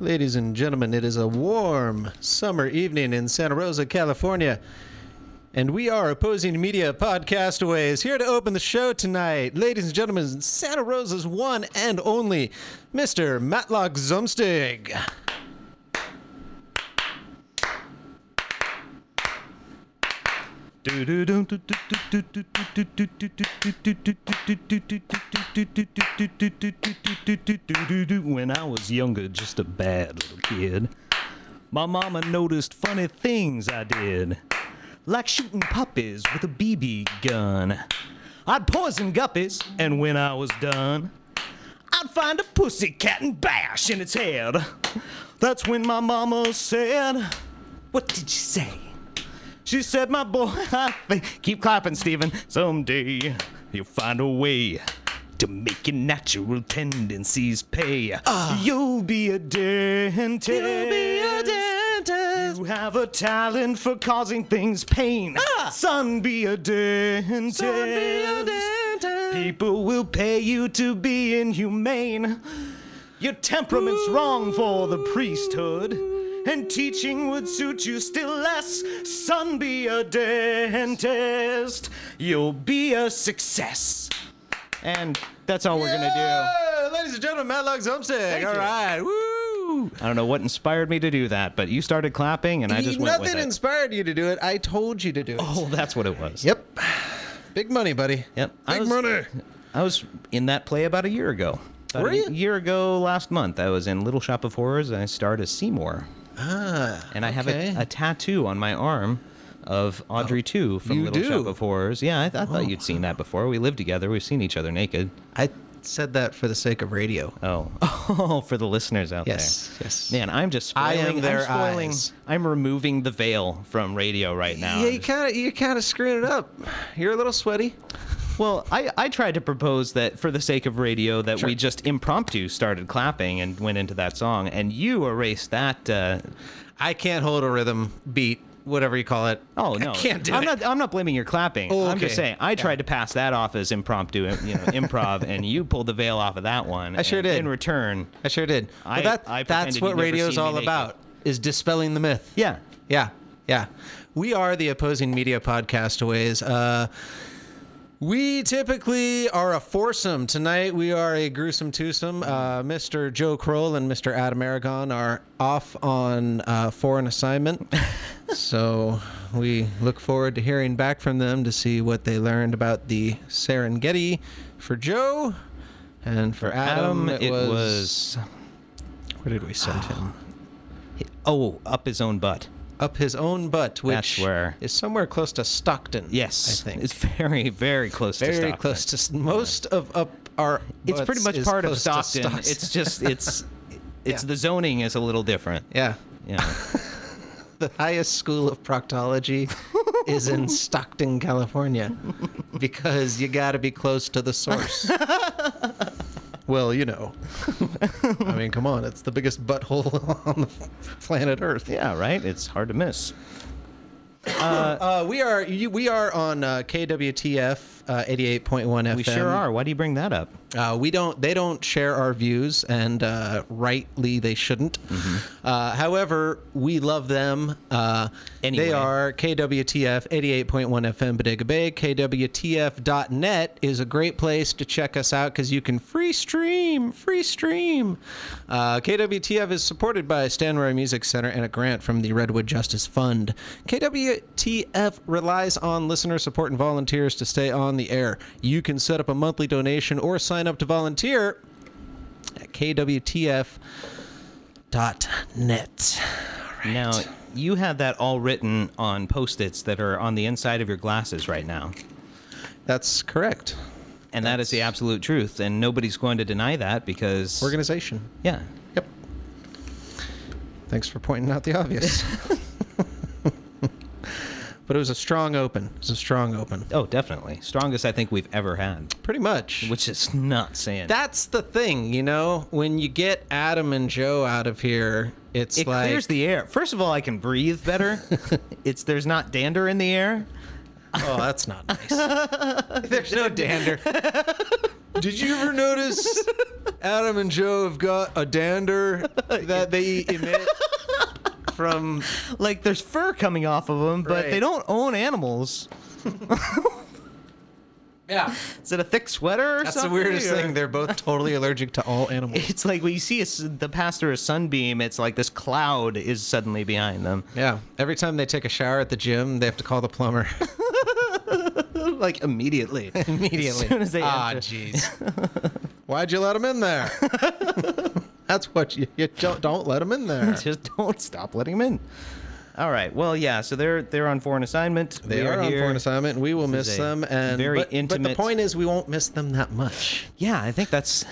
Ladies and gentlemen, it is a warm summer evening in Santa Rosa, California. And we are Opposing Media Podcastaways here to open the show tonight. Ladies and gentlemen, Santa Rosa's one and only Mr. Matlock Zumstig. When I was younger, just a bad little kid, my mama noticed funny things I did, like shooting puppies with a BB gun. I'd poison guppies, and when I was done, I'd find a pussy cat and bash in its head. That's when my mama said, What did you say? She said, "My boy, I think keep clapping, Stephen. Someday you'll find a way to make your natural tendencies pay. Ah. You'll be a dentist. You'll be a dentist. You have a talent for causing things pain. Son, be a dentist. Son, Ah! be a dentist. People will pay you to be inhumane. Your temperament's wrong for the priesthood, and teaching would suit you still less. Son, be a dentist. You'll be a success. And that's all we're gonna Yeah, Ladies and gentlemen, Matlock Zumstig. All you. right. Woo! do. I don't know what inspired me to do that, but you started clapping, and I just went with Nothing it. inspired you to do it. I told you to do it. oh, that's what it was. Yep. Big money, buddy. Yep. I Big was- money. I was in that play about a year ago. About Were a you? year ago last month, I was in Little Shop of Horrors, and I starred as Seymour. Ah. and I okay. Oh, have a, a tattoo on my arm of Audrey too from you Little Shop do? Oh. of Horrors. Yeah, I, th- I thought you'd seen that before. We lived together. We've seen each other naked. I said that for the sake of radio. Oh, oh, for the listeners out Yes, there. yes. Man, I'm just I spoiling. am I'm their spoiling- eyes. I'm removing the veil from radio right now. Yeah, you kind of you kind of screwing it up. You're a little sweaty. Well, I, I tried to propose that for the sake of radio that we just impromptu started clapping and went into that song, and you erased that. Uh, I can't hold a rhythm, beat, whatever you call it. Oh I no, can't do I'm it. not. I'm not blaming your clapping. Oh, I'm just okay. saying I tried to pass that off as impromptu, you know, improv, and you pulled the veil off of that one. I sure and did. In return, I sure did. I- well, that, I that's pretended what you'd never radio's seen me all naked. about is dispelling the myth. yeah, Yeah, yeah. We are the opposing media podcastaways. Uh, we typically are a foursome. Tonight we are a gruesome twosome. Uh, Mr. Joe Kroll and Mr. Adam Aragon are off on uh, foreign assignment. so we look forward to hearing back from them to see what they learned about the Serengeti for Joe. And for Adam, it, was, Where did we send him? oh up his own butt. up his own butt, which That's where- is somewhere close to Stockton. Yes, I think it's very very close. very to Stockton. close to most of up our. It's pretty butts much is part of close to Stockton. It's just it's it's Yeah. the zoning is a little different. yeah, Yeah. the highest school of proctology is in Stockton, California, because you got to be close to the source. Well, you know, I mean, come on, it's the biggest butthole on the planet Earth. yeah. Right. It's hard to miss. Uh, we are you, we are on uh, KWTF uh, 88.1 FM. We sure are. Why do you bring that up? Uh, we don't. They don't share our views, and uh, rightly they shouldn't. Uh, however, we love them. Uh, Anyway. They are KWTF 88.1 FM Bodega Bay. KWTF.net is a great place to check us out because you can free stream, free stream. Uh, KWTF is supported by Stanroy Music Center and a grant from the Redwood Justice Fund. KWTF relies on listener support and volunteers to stay on the air. You can set up a monthly donation or sign up to volunteer at KWTF.net. Now, you have that all written on post its that are on the inside of your glasses right now. That's correct. And that is the absolute truth. And nobody's going to deny that because. Organization. Yeah. Yep. Thanks for pointing out the obvious. but it was a strong open. It was a strong open. Oh, definitely. Strongest I think we've ever had, Pretty much. which is not saying. That's the thing, you know? When you get Adam and Joe out of here, it's it like clears the air. First of all, I can breathe better. it's There's not dander in the air. Oh, that's not nice. There's no dander. Did you ever notice Adam and Joe have got a dander that they emit from. Like there's fur coming off of them, but they Right. don't own animals. Yeah. Is it a thick sweater or That's the something? weirdest or- thing. They're both totally allergic to all animals. It's like when you see a s the past through a sunbeam, it's like this cloud is suddenly behind them. Yeah. Every time they take a shower at the gym, they have to call the plumber like immediately. immediately. As soon as they ah, enter. jeez. Why'd you let them in there? That's what you, you don't don't let them in there. Just don't stop letting them in. All right. Well, yeah. So they're they're on foreign assignment. They We are, on here. foreign assignment. We will miss This is a them, and very but, But intimate- the point is, we won't miss them that much. Yeah, I think that's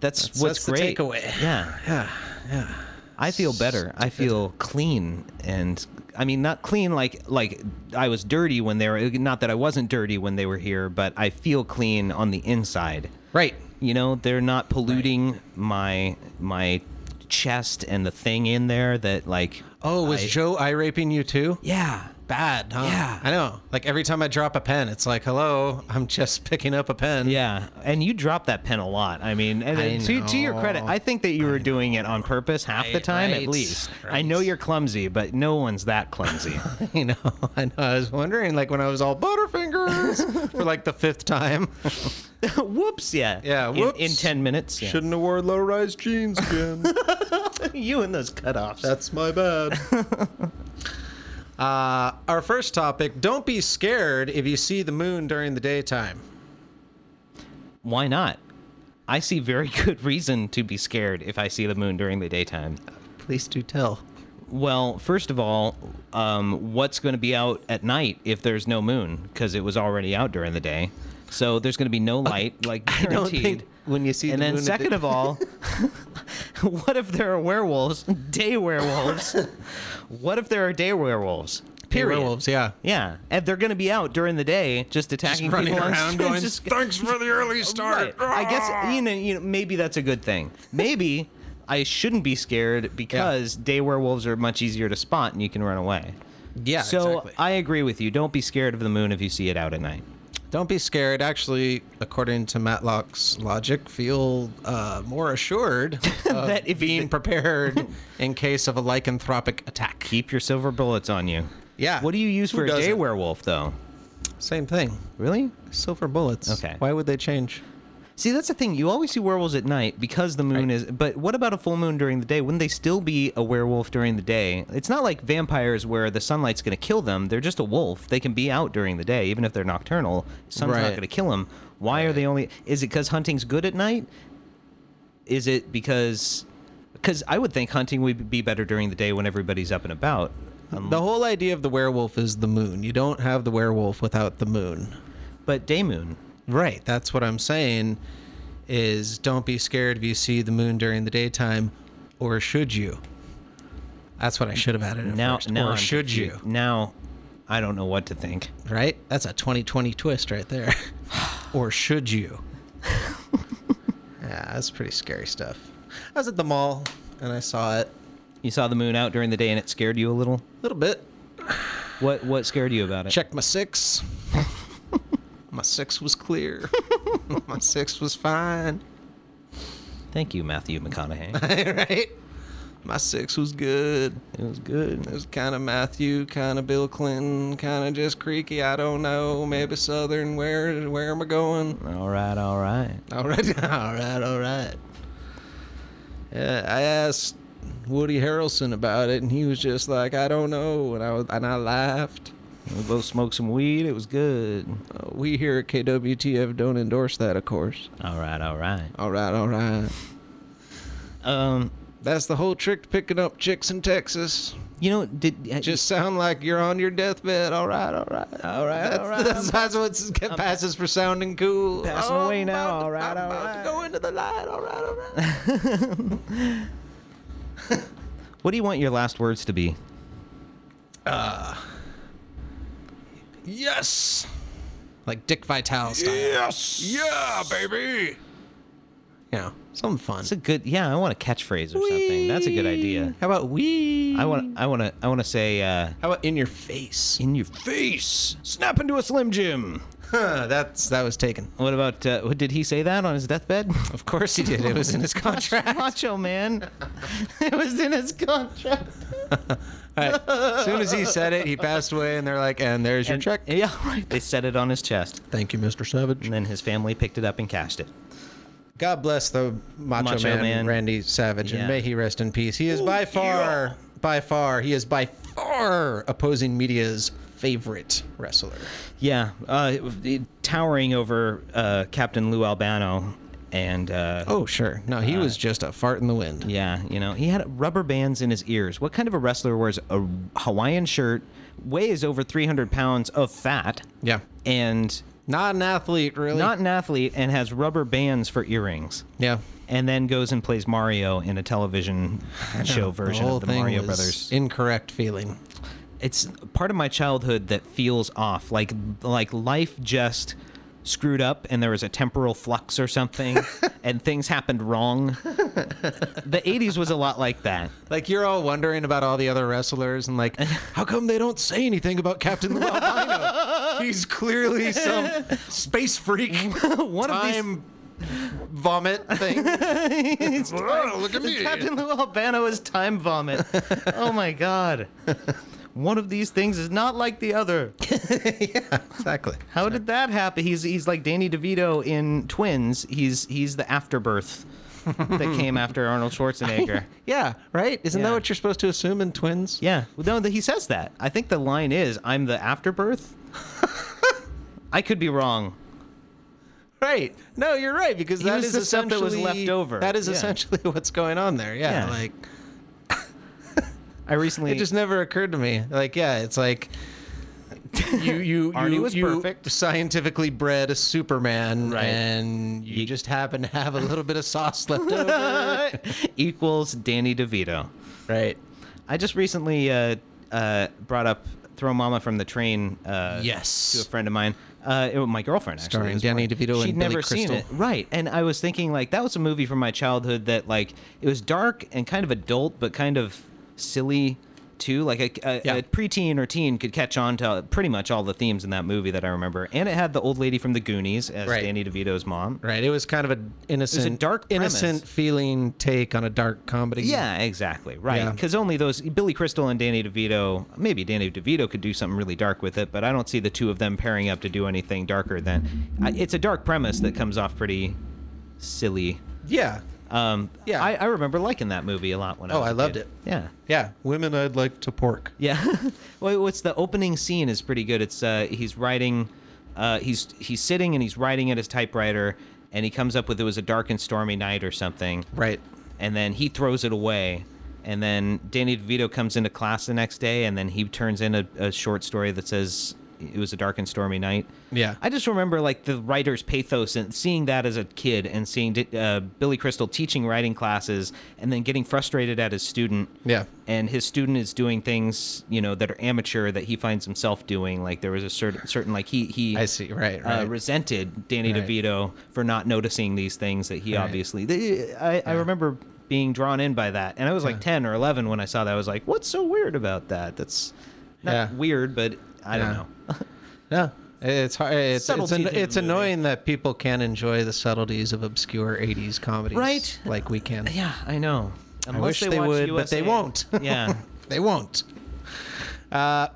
that's, That's- that's what's the great. takeaway. Yeah, Yeah, yeah. I feel better. I feel clean, and I mean not clean like like I was dirty when they were. Not that I wasn't dirty when they were here, but I feel clean on the inside. Right. You know, they're not polluting my my chest and the thing in there that like. Oh, was I- Joe eye raping you too? Yeah. Bad, huh? Yeah. I know. Like every time I drop a pen, it's like, hello, I'm just picking up a pen. Yeah, and you dropped that pen a lot. I mean, and uh, I to, to your know. credit, I think that you were doing it on purpose half the Right, time at right, least. I know right. you're clumsy, but no one's that clumsy. You know, I know. I was wondering, like, when I was all butterfingers for like the fifth time. whoops, yeah. Yeah, In- whoops. In, 10 minutes. yeah. Shouldn't have worn low rise jeans again. you and those cutoffs. That's my bad. uh, our first topic don't be scared if you see the moon during the daytime. Why not? I see very good reason to be scared if I see the moon during the daytime. Please do tell. Well, first of all, um, what's going to be out at night if there's no moon? Because it was already out during the day. So there's going to be no light, like guaranteed. don't think when you see and the then moon at second the- of all, what if there are werewolves, day werewolves? what if there are day werewolves? Period. Werewolves, yeah. Yeah, and they're going to be out during the day, just attacking running people on around streets, going, just- thanks for the early start. Right. I guess you know, you know, maybe that's a good thing. Maybe I shouldn't be scared because day werewolves are much easier to spot and you can run away. Yeah, so exactly. I agree with you. Don't be scared of the moon if you see it out at night. Don't be scared. Actually, according to Matlock's logic, feel uh, more assured of That if- Uh, being prepared in case of a lycanthropic attack. Keep your silver bullets on you. Yeah. What do you use Who for a day doesn't? werewolf though? Same thing. Really? Silver bullets. Okay. Why would they change? See, that's the thing. You always see werewolves at night because the moon is. But what about a full moon during the day? Wouldn't they still be a werewolf during the day? It's not like vampires where the sunlight's going to kill them. They're just a wolf. They can be out during the day, even if they're nocturnal. Sun's not Right. going to kill them. Why are they only. Is it because hunting's good at night? Is it because. Because I would think hunting would be better during the day when everybody's up and about. Um, The whole idea of the werewolf is the moon. You don't have the werewolf without the moon. but day moon. Right. That's what I'm saying is don't be scared if you see the moon during the daytime or should you? That's what I should have added at Now, first. now or I'm should confused. you? Now, I don't know what to think. Right? That's a 2020 twist right there. or should you? yeah, that's pretty scary stuff. I was at the mall and I saw it You saw the moon out during the day and it scared you a little? a little bit. What what scared you about it? Checked my six. my six was clear. my six was fine. Thank you, Matthew McConaughey. right? My six was good. it was good. It was kind of Matthew, kind of Bill Clinton, kind of just creaky. I don't know. Maybe Southern. Where where am I going? All right, all right. All right, all right, all right. Yeah, I asked Woody Harrelson about it, and he was just like, "I don't know," and I was, and I laughed. We both smoked some weed. It was good. Uh, we here at KWTF don't endorse that, of course. All right, all right. All right, all right. Um, That's the whole trick to picking up chicks in Texas. you know, did uh, Just sound like you're on your deathbed. All right, all right, all right, that's, all right. That's, that's what passes for sounding cool. Oh, passing I'm away now. about to- All right, I'm all about right. To go into the light. All right, all right. what do you want your last words to be? yes. Like Dick Vitale style. Yes. Yeah, baby. You know, something fun. It's a good. Yeah, I want a catchphrase or something. That's a good idea. How about we? I want. I want to. I want to say. Uh, How about in your face? in your face, snap into a slim jim. Huh, that's that was taken. What about? Uh, what, did he say that on his deathbed? Of course he did. It was in his contract. Macho man. it was in his contract. Right. As soon as he said it, he passed away, and they're like, "And there's your check." Yeah, right. They set it on his chest, Thank you, Mr. Savage. and then his family picked it up and cashed it. God bless the Macho, Macho man, Man. Randy Savage, Yeah. and may he rest in peace. He is by far, by far, he is by far opposing media's favorite wrestler. Yeah, uh, it- it- towering over uh, Captain Lou Albano, and uh, Oh sure, no, he was just a fart in the wind. yeah, you know, he had rubber bands in his ears. What kind of a wrestler wears a Hawaiian shirt, weighs over 300 pounds of fat, Yeah, and not an athlete really. not an athlete, and has rubber bands for earrings? yeah. And then goes and plays Mario in a television show version the whole of the thing Mario was Brothers. incorrect feeling. it's part of my childhood that feels off like like life just screwed up and there was a temporal flux or something and things happened wrong the 80s was a lot like that Like you're all wondering about all the other wrestlers and like, how come they don't say anything about Captain Lou Albino? He's clearly some space freak. One of these- time vomit thing. Oh, look at me. captain lou albano is time vomit oh my god one of these things is not like the other Exactly. how did that happen he's he's like danny devito in twins he's he's the afterbirth that came after arnold schwarzenegger Yeah, right? Isn't Yeah. that what you're supposed to assume in twins? Yeah. Well, no, that he says that. I think the line is, "I'm the afterbirth." I could be wrong. Right. No, you're right, because that was is the stuff that was essentially- left over. That is Yeah. essentially what's going on there. Yeah. Yeah. Like I recently It just never occurred to me. Like, yeah, it's like you you Arnie you, was you perfect. scientifically bred a Superman, Right. and you, just happen to have a little bit of sauce left over, Uh, equals Danny DeVito. right? I just recently uh, uh, brought up "Throw Mama from the Train" uh, to a Yes. friend of mine. Uh, it was my girlfriend actually. Starring this Danny morning. DeVito and Billy She'd never seen Crystal. it, right? And I was thinking like that was a movie from my childhood that like it was dark and kind of adult, but kind of silly too. Like a, a, Yeah. a preteen or teen could catch on to pretty much all the themes in that movie that I remember. And it had the old lady from the Goonies as Right. Danny DeVito's mom. Right. It was kind of an innocent, dark premise. innocent feeling take on a dark comedy. Yeah, exactly. Right. Mm. Yeah. Because only those Billy Crystal and Danny DeVito, maybe Danny DeVito could do something really dark with it, but I don't see the two of them pairing up to do anything darker than. I, it's a dark premise that comes off pretty silly. Yeah. Um, Yeah. I, I remember liking that movie a lot when I Oh, was a I loved kid. it. Yeah. Yeah. Women I'd like to pork. Yeah. well, what's the opening scene is pretty good. It's uh, he's writing, uh, he's he's sitting and he's writing at his typewriter, and he comes up with it was a dark and stormy night or something Right. and then he throws it away. And then Danny DeVito comes into class the next day, and then he turns in a, a short story that says it was a dark and stormy night. Yeah. I just remember like the writer's pathos and seeing that as a kid, and seeing uh, Billy Crystal teaching writing classes, and then getting frustrated at his student. Yeah. And his student is doing things, you know, that are amateur that he finds himself doing. Like there was a certain, certain like he he I see. Right. uh, Right. resented Danny Right. DeVito for not noticing these things that he Right. obviously. They, I, I remember being drawn in by that, and I was like ten or eleven when I saw that. I was like, "What's so weird about that? That's not Yeah. weird, but I Yeah. don't know." no. It's hard. It's it's, Subtlety an, to the it's movie. annoying that people can't enjoy the subtleties of obscure '80s comedies, Right. Like we can. yeah, I know. Unless wish they watch would, but they USA. won't. yeah, They won't. I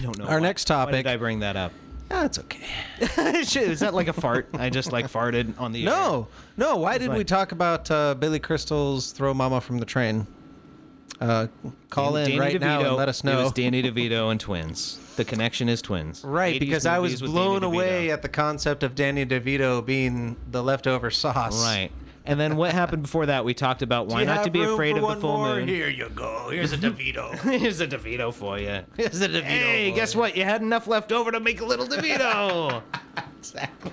don't know. Our next Why did topic- I bring that up? That's okay. Shit, Is that like a fart? I just like farted on the. No, no. Why did we like- talk about uh, Billy Crystal's "Throw Mama from the Train"? Uh, call air. in Danny right now and DeVito- let us It know. was Danny DeVito and twins. The connection is twins. right, 80s because I was movies with Danny blown away DeVito. at the concept of Danny DeVito being the leftover sauce. Right. And then what happened before that? We talked about Do why you not to have be room afraid for of the one full more? moon. Here you go. Here's a DeVito. Here's a DeVito for you. Here's a DeVito. Hey, boy. guess what? You had enough left over to make a little DeVito. Exactly.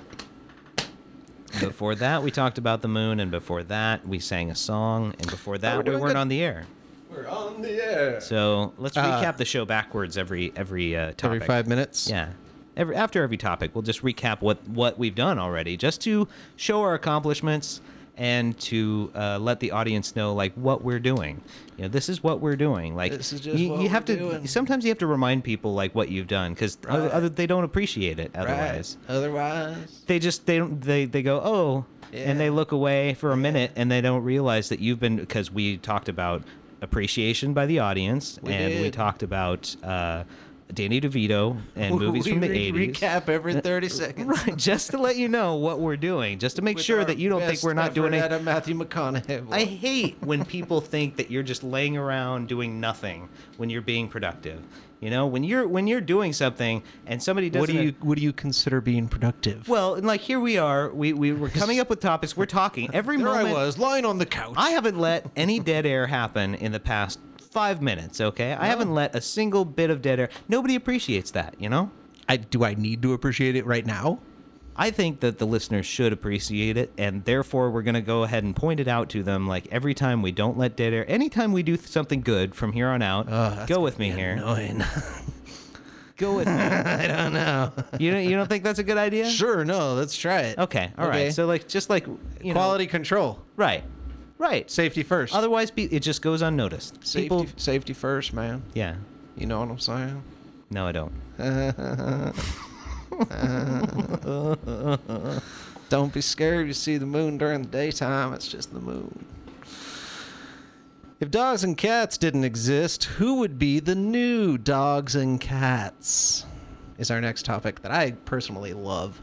before that, we talked about the moon, and before that, we sang a song, and before that, we're we doing weren't good. on the air. We're on the air. So let's recap the show backwards every every uh, topic. Uh, Every five minutes. Yeah. Every, after every topic, we'll just recap what, what we've done already, just to show our accomplishments and to uh, let the audience know like what we're doing. You know, this is what we're doing. Like This is just you, what you we're have to. doing. Sometimes you have to remind people like what you've done because Right. other they don't appreciate it otherwise. Right. Otherwise. They just they don't they they go oh Yeah. and they look away for a minute and they don't realize that you've been because we talked about appreciation by the audience and we did. talked about uh, Danny DeVito and movies we from the re- 80s. Recap every 30 seconds. Right, just to let you know what we're doing, just to make With sure our that you don't think best we're not doing effort it. out of Matthew McConaughey. I hate when people think that you're just laying around doing nothing when you're being productive. You know, when you're when you're doing something and somebody doesn't what do you what do you consider being productive? well, and like here we are, we we were coming up with topics, we're talking every there moment. I was lying on the couch. I haven't let any dead air happen in the past five minutes. Okay, I haven't let a single bit of dead air. Nobody appreciates that. You know, I do I need to appreciate it right now? I think that the listeners should appreciate it, and therefore we're going to go ahead and point it out to them. Like every time we don't let dead air, anytime we do th- something good from here on Oh, out, Uh, go with me here. Annoying. Go with me. I don't know. you don't, you don't think that's a good idea? Sure, no, let's try it. Okay. all right. Okay. So like just like you Quality control. know, right, right. Safety first. Otherwise, pe- it just goes unnoticed. safety, People, safety first, man. yeah. You know what I'm saying? No, I don't. Don't be scared. You see the moon during the daytime. It's just the moon. If dogs and cats didn't exist, who would be the new dogs and cats? Is our next topic that I personally love.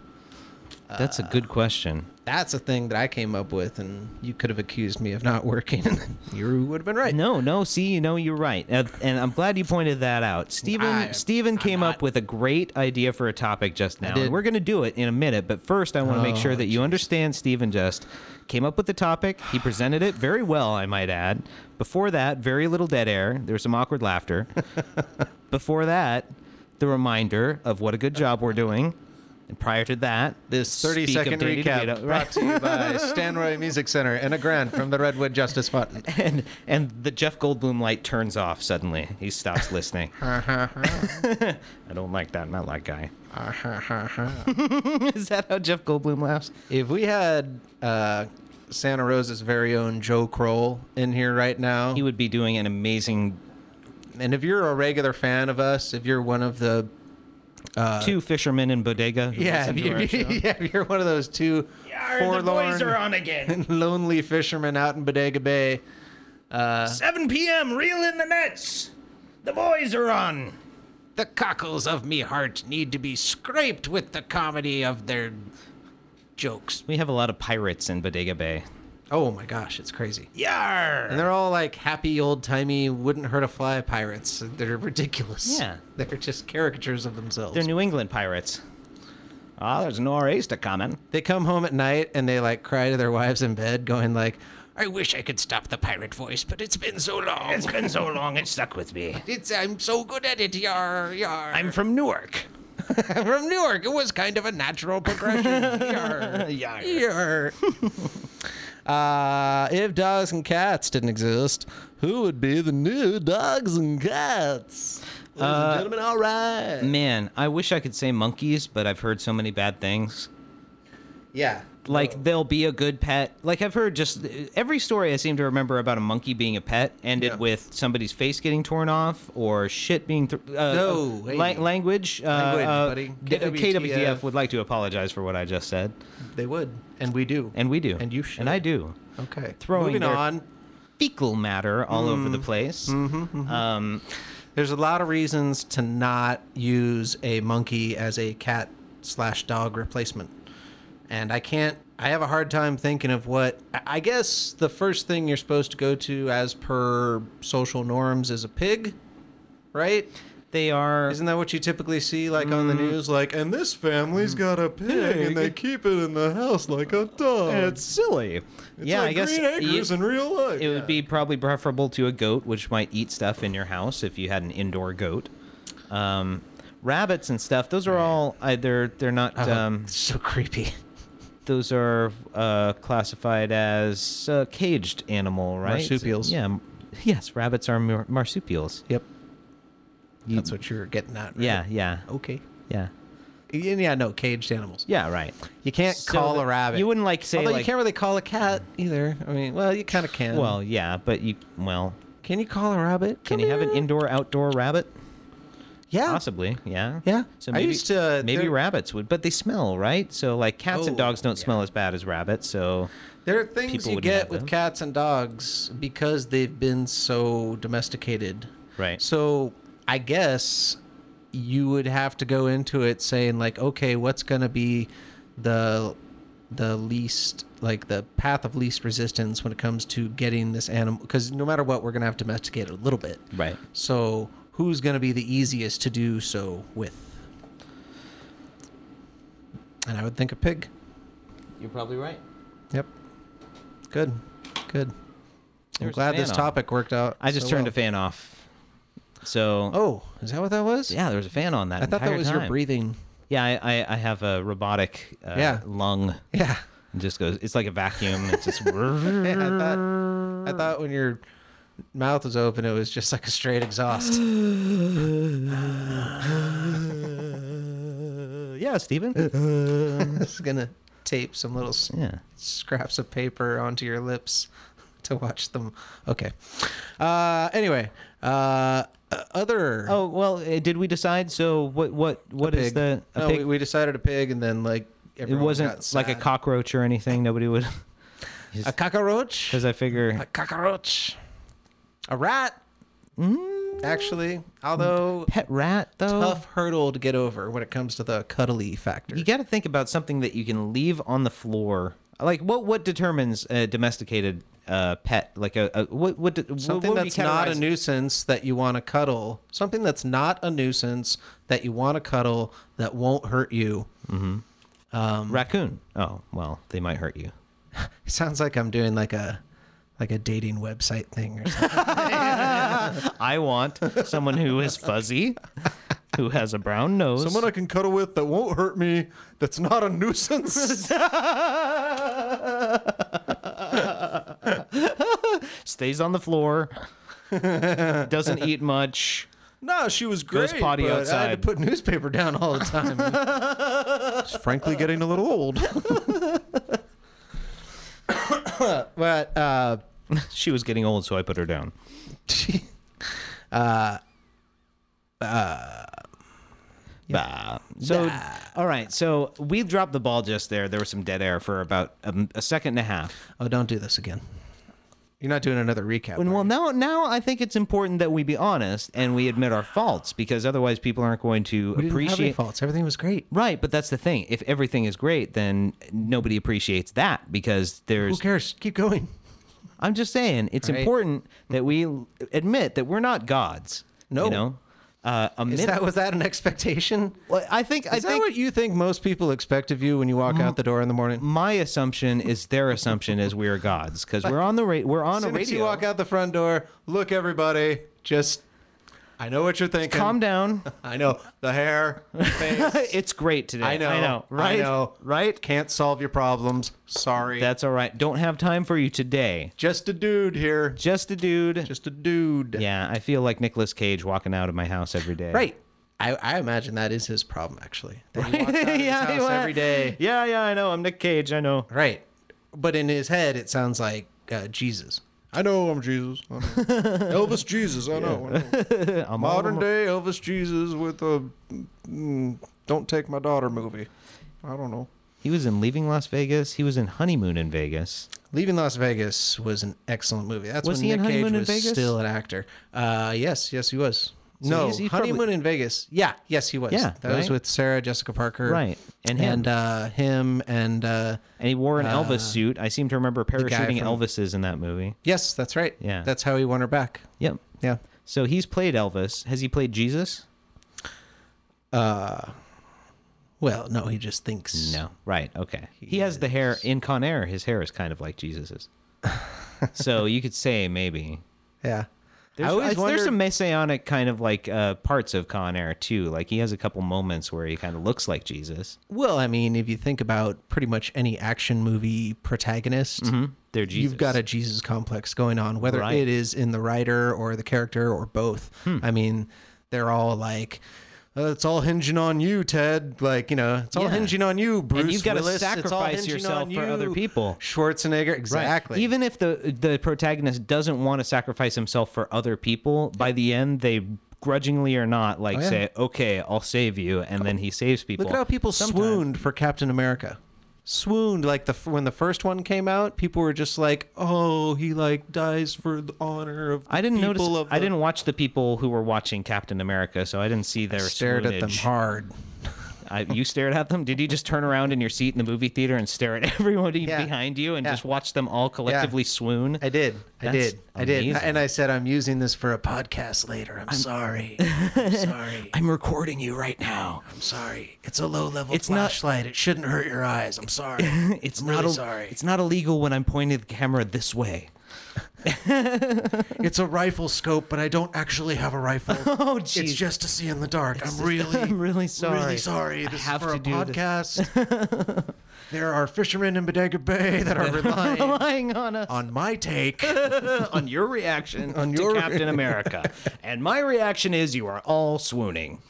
Uh, That's a good question. That's a thing that I came up with, and you could have accused me of not working. you would have been right. No, no. See, you know, you're right, and, and I'm glad you pointed that out. Stephen, I- Stephen I'm came not- up with a great idea for a topic just now, did. and we're going to do it in a minute. But first, I want to make Oh, sure that you understand. Stephen just came up with the topic. He presented it very well, I might add. Before that, very little dead air. There was some awkward laughter. Before that, the reminder of what a good job we're doing. And prior to that, This 30 speak of second Danny recap DeVito, right? brought to you by Stanroy Music Center and a grant from the Redwood Justice Fund. and and the Jeff Goldblum light turns off suddenly. He stops listening. I don't like that. I'm not that guy. Is that how Jeff Goldblum laughs? If we had uh, Santa Rosa's very own Joe Kroll in here right now, He would be doing an amazing and if you're a regular fan of us, if you're one of the uh, two fishermen in bodega. who yeah, listen if, to you, our show. yeah, if you're one of those two forlorn, on again. lonely fishermen out in Bodega Bay, 7 p.m. Reel in the nets. The boys are on. the cockles of me heart need to be scraped with the comedy of their jokes. we have a lot of pirates in Bodega Bay. Oh my gosh, it's crazy. Yar. And they're all like happy old timey, wouldn't hurt a fly pirates. They're ridiculous. Yeah. They're just caricatures of themselves. They're New England pirates. Ah, there's nor'easter coming. they come home at night and they like cry to their wives in bed going like i wish i could stop the pirate voice but it's been so long it's, been so long, it stuck with me. i'm so good at it yar yar I'm from Newark. I'm from newark it was kind of a natural progression yar Yar. yar uh, if dogs and cats didn't exist who would be the new dogs and cats ladies and gentlemen all right Man, I wish I could say monkeys, but I've heard so many bad things. yeah like they'll be a good pet. Like I've heard just every story I seem to remember about a monkey being a pet ended Yeah. with somebody's face getting torn off or shit being. Th- uh, No, uh, hey. la- language. Language, Uh, uh, buddy. K- KWTF. KWTF would like to apologize for what I just said, they would and we do and we do, And you should. and I do. okay Throwing moving their- on Fecal matter all over Mm-hmm. the place. Um, There's a lot of reasons to not use a monkey as a cat slash dog replacement. And I can't, I have a hard time thinking of what, I- I guess the first thing you're supposed to go to as per social norms is a pig, right? they are. Isn't that what you typically see like on the Mm. news? Like, and this family's got a pig, and they keep it in the house like a dog. it's silly. yeah, I guess you- in real life. it would be probably preferable to a goat, which might eat stuff in your house if you had an indoor goat. Um, rabbits and stuff; those are all either they're not. um, Uh-huh. so creepy. those are uh, classified as uh, caged animal, right? Marsupials. Yeah. m- Yes, rabbits are mar- marsupials. Yep. That's what you're getting at. right? Yeah, yeah, Okay. yeah. yeah, no, caged animals. Oh. Yeah, right. You can't So call a the- rabbit. you wouldn't, like, say, Although you like- can't really call a cat either. I mean, well, you kind of can. Well, yeah, but you well, can you call a rabbit? can you have an indoor outdoor rabbit? Yeah. Possibly, yeah. Yeah. So I maybe, used to- uh, maybe there- rabbits would, but they smell, right? So like cats and Oh, dogs don't yeah. smell as bad as rabbits. So There are things People you wouldn't get have with them. cats and dogs because they've been so domesticated. Right. So I guess you would have to go into it saying like, okay, what's gonna be the the least like the path of least resistance when it comes to getting this animal because no matter what we're gonna have to domesticate it a little bit right. so who's gonna be the easiest to do so with and i would think a pig You're probably right. Yep. Good. Good. I'm There's a glad this fan on. topic worked out. I just so turned a well. fan off. So Oh, is that what that was? yeah, there was a fan on that. I thought that entire was your time. breathing. Yeah, I, I, I have a robotic uh, Yeah. lung. Yeah. It just goes. It's like a vacuum. It's just. yeah I, thought, I thought when your mouth was open, it was just like a straight exhaust. yeah, Steven. it's gonna tape some little s- yeah. scraps of paper onto your lips to watch them. Okay. Uh, anyway, uh, uh, other. Oh well, uh, did we decide? So what? What? What is pig. the? A no, pig? we, we decided a pig, and then like it everyone wasn't got like a sad. cockroach or anything. Nobody would, a cockroach. because I A figure cockroach. A rat. Actually, although hmm, pet rat though. tough hurdle to get over when it comes to the cuddly factor. You got to think about something that you can leave on the floor. Like what? What determines a domesticated uh, pet? Like a, a what? What? de- what Something would be that's not a categorized- nuisance that you want to cuddle. Something that's not a nuisance that you want to cuddle that won't hurt you. raccoon. Oh well, they might hurt you. It sounds like I'm doing like a like a dating website thing or something. I want someone who is fuzzy, who has a brown nose. I can cuddle with that won't hurt me. That's not a nuisance. stays on the floor, doesn't eat much. no, she was Goes great. potty but I had outside. to put newspaper down all the time. It's frankly getting a little old. but uh, She was getting old, so I put her down. Bah. So, all right. So we dropped the ball just there. There was some dead air for about um, a second and a half. oh, don't do this again. You're not doing another recap. And are well, you? now, now I think it's important that we be honest and we admit our faults because otherwise people aren't going to we didn't have any appreciate. faults. Everything was great. Right, but that's the thing. If everything is great, then nobody appreciates that because Who there's. cares? Keep going. I'm just saying it's Right. important that we admit that we're not gods. No. you know, uh, admit. Is that was that an expectation? Well, I think I Is that think what you think most people expect of you when you walk out the door in the morning? my assumption is their assumption is we are gods because we're on the ra- we're on As a soon as you radio. walk out the front door, look everybody, just I know what you're thinking. Calm down. I know the hair, the face. it's great today. I know. I know. Right. I know. Right. Can't solve your problems. Sorry. That's all right. Don't have time for you today. just a dude here. Just a dude. Just a dude. yeah, I feel like Nicolas Cage walking out of my house every day. Right. I, I imagine that is his problem actually. That he walks out of his yeah, house yeah. every day. Yeah, yeah, I know. I'm Nick Cage. I know. Right. But in his head, it sounds like uh, Jesus. I know I'm Jesus. I know. Elvis Jesus. I know. I know. Modern day Elvis Jesus with a mm, "Don't Take My Daughter" movie. I don't know. He was in Leaving Las Vegas. He was in Honeymoon in Vegas. Leaving Las Vegas was an excellent movie. That's Was when he in Nick Cage Honeymoon in was Vegas? still an actor. Uh, yes, yes, he was. no, he's- he's Honeymoon probably- in Vegas. Yeah, yes, he was. Yeah, that was right? with Sarah Jessica Parker. Right, and him. and uh, him and uh, And he wore an Elvis suit. I seem to remember guy parachuting from- Elvises in that movie. yes, that's right. Yeah. that's how he won her back. Yep. Yeah. So he's played Elvis. Has he played Jesus? Well, no, he just thinks. No. Right. Okay. He, has the hair in Con Air. His hair is kind of like Jesus's. so you could say maybe. Yeah. There's, I always there's wondered- some messianic kind of like uh, parts of Con Air too. Like he has a couple moments where he kind of looks like Jesus. Well, I mean, if you think about pretty much any action movie protagonist, They're Mm-hmm. Jesus. you've got a Jesus complex going on, whether Right. Hmm. it is in the writer or the character or both. I mean, they're all like, uh, it's all hinging on you, Ted. Like, you know, it's all Yeah. hinging on you, Bruce. you've gotta Willis. It's all sacrifice hinging yourself on for you, other people. Schwarzenegger, Right. exactly. Even if the the protagonist doesn't want to sacrifice himself for other people, by the end they grudgingly or not like Oh, yeah. say, "Okay, I'll save you," and then he saves people. Look at how people swooned for Captain America. Swooned like the f- when the first one came out, people were just like, "Oh, he like dies for the honor of." I didn't people notice. Of I the-" didn't watch the people who were watching Captain America, so I didn't see their stared at them swoonage. hard. I, you stared at them. Did you just turn around in your seat in the movie theater and stare at everybody Yeah. behind you and Yeah. just watch them all collectively swoon? I did. I That's did. I did. amazing. And I said, "I'm using this for a podcast later. I'm, sorry. I'm sorry. I'm recording you right now. I'm sorry. It's a low level It's not- flashlight. It shouldn't hurt your eyes. I'm sorry. It's I'm not really al- sorry. It's not illegal when I'm pointing the camera this way. It's a rifle scope, but I don't actually have a rifle. Oh, it's jeez. just to see in the dark. I'm really, I'm really sorry. really sorry. I This have is for to a do this. podcast. there are fishermen in Bodega Bay that are relying Relying on us on my take. on your reaction On to your- Captain America, and my reaction is you are all swooning.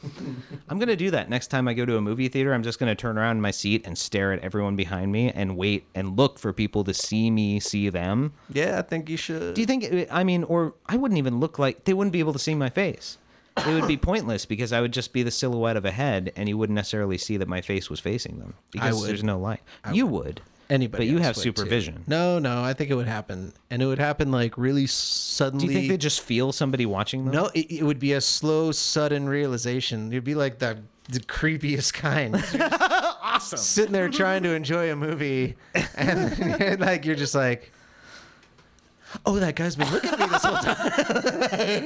I'm gonna do that next time I go to a movie theater. I'm just gonna turn around in my seat and stare at everyone behind me and wait and look for people to see me see them. Yeah, I think you should. Do you think? I mean, or I wouldn't even look like they wouldn't be able to see my face. It would be pointless because I would just be the silhouette of a head, and you wouldn't necessarily see that my face was facing them because would. there's no light. you would. Anybody, but you else have would, supervision. too. No, no, I think it would happen, and it would happen like really suddenly. Do you think they just feel somebody watching them? No, it, it would be a slow, sudden realization. It'd be like the the creepiest kind. awesome. Sitting there trying to enjoy a movie, and, then, like you're just like, "Oh, that guy's been looking at me this whole time."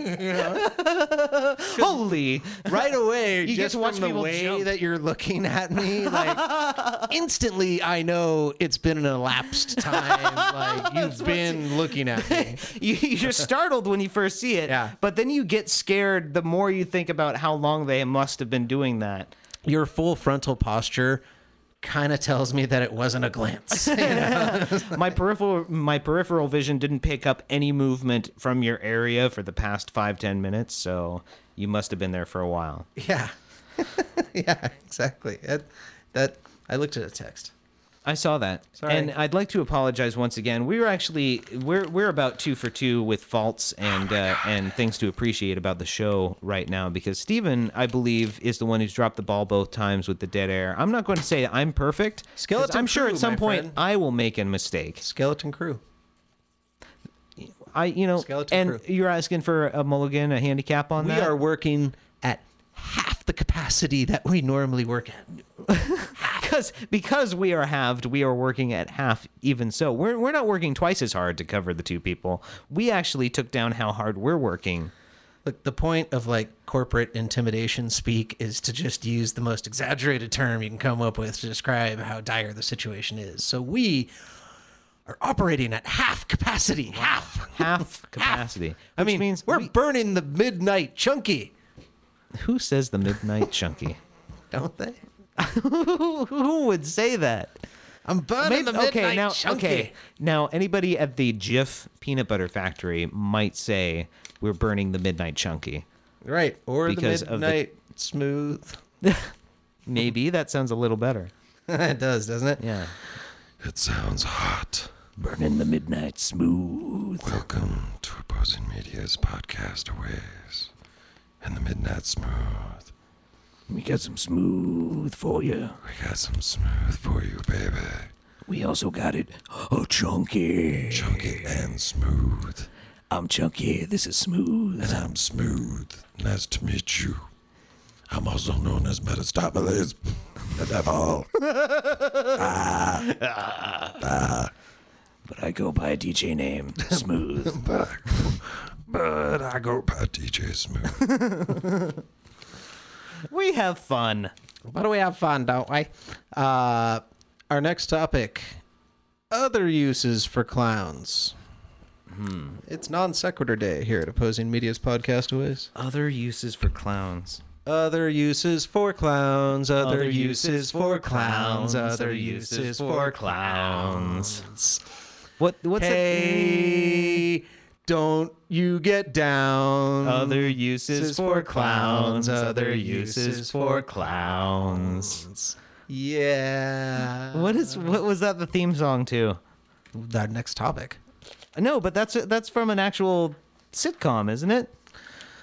Holy! Right away, You get just to watch from the people way jump. that you're looking at me, like instantly, I know it's been an elapsed time. Like you've been looking at me. You, you're startled when you first see it, Yeah. but then you get scared the more you think about how long they must have been doing that. Your full frontal posture kind of tells me that it wasn't a glance. my peripheral my peripheral vision didn't pick up any movement from your area for the past five ten minutes, so you must have been there for a while. Yeah. yeah, exactly. That, that I looked at a text. I saw that. Sorry. And I'd like to apologize once again. We were actually we're we're about two for two with faults and uh, and things to appreciate about the show right now because Steven, I believe, is the one who's dropped the ball both times with the dead air. I'm not going to say I'm perfect. 'cause Skeleton I'm sure crew, at some my point friend. I will make a mistake. Skeleton crew. I you know Skeleton and crew. you're asking for a mulligan, a handicap on We that. are working at half the capacity that we normally work at. because because we are halved, we are working at half. Even so, we're we're not working twice as hard to cover the two people. We actually took down how hard we're working. Look, the point of like corporate intimidation speak is to just use the most exaggerated term you can come up with to describe how dire the situation is. So we are operating at half capacity. Half. Half capacity. I which mean, means we're we- burning the midnight chunky, who says the midnight chunky? don't they? who, who would say that? I'm burning the Maybe- midnight okay, now chunky. okay, now anybody at the Jif peanut butter factory might say we're burning the midnight chunky. Right. Or Because the of the- midnight smooth. Maybe that sounds a little better. it does, doesn't it? Yeah. It sounds hot. Burning the midnight smooth. Welcome to Opposing Media's podcast Aways and the Midnight Smooth. We got some smooth for you. We got some smooth for you, baby. We also got it. Oh, Chunky. Chunky and smooth. I'm Chunky. This is smooth. And I'm smooth. Nice to meet you. I'm also known as Metastopolis, the devil. But I go by a DJ name, Smooth. but, I, but I go by DJ Smooth. we have fun. Why do we have fun, don't we? Uh, our next topic other uses for clowns. Hmm, It's non sequitur day here at Opposing Media's Podcast Aways. Other uses for clowns. Other uses for clowns. Other, Other uses uses for clowns. Other Other uses uses for for clowns. clowns. What? What's Hey, Don't you get down. Other Mm. uses uses for for clowns. clowns, Other other uses uses for clowns. yeah. What is? What was that? The theme song to? Our next topic. No, but that's that's from an actual sitcom, isn't it?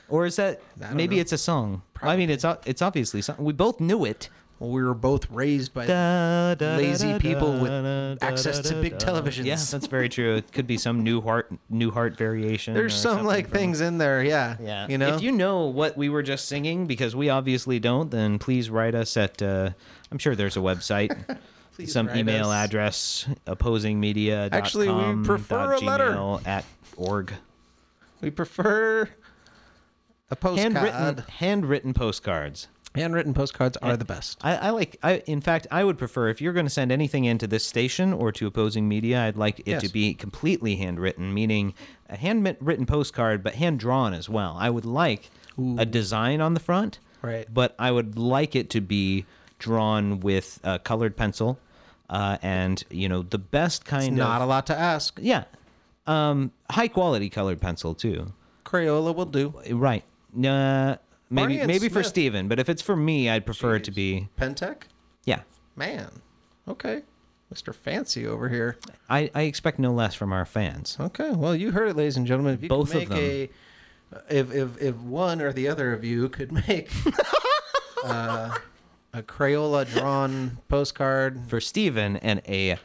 Or is that don't maybe know. it's a song? I mean, it's o- it's obviously something. We both knew it. Well, we were both raised by Da, da, da, lazy da, people da, with da, da, access da, to da, big da. televisions. Yeah, that's very true. It could be some new heart new heart variation. There's or some something like from- things in there. Yeah. Yeah. You know. if you know what we were just singing, because we obviously don't, then please write us at. Uh, I'm sure there's a website, Please some write email us. address, opposingmedia. Actually, we prefer a letter. at org. we prefer a postcard. Handwritten, handwritten postcards. Handwritten postcards are the best. I, I like. I in fact, I would prefer if you're going to send anything into this station or to opposing media, I'd like it to Yes. be completely handwritten, meaning a handwritten postcard, but hand drawn as well. I would like a design on the front, Right. But I would like it to be drawn with a colored pencil, uh, and you know the best kind of Not a lot to ask. yeah, um, high quality colored pencil too. Crayola will do. Right. Uh, Barney maybe and maybe for Smith. Steven, but if it's for me, I'd prefer it to Jeez. be Pentec? yeah. Man. Okay. Mr. Fancy over here. I, I expect no less from our fans. Okay. Well, you heard it, ladies and gentlemen. If you Both could of make them. a if, if if one or the other of you could make uh, a Crayola drawn postcard. For Steven and a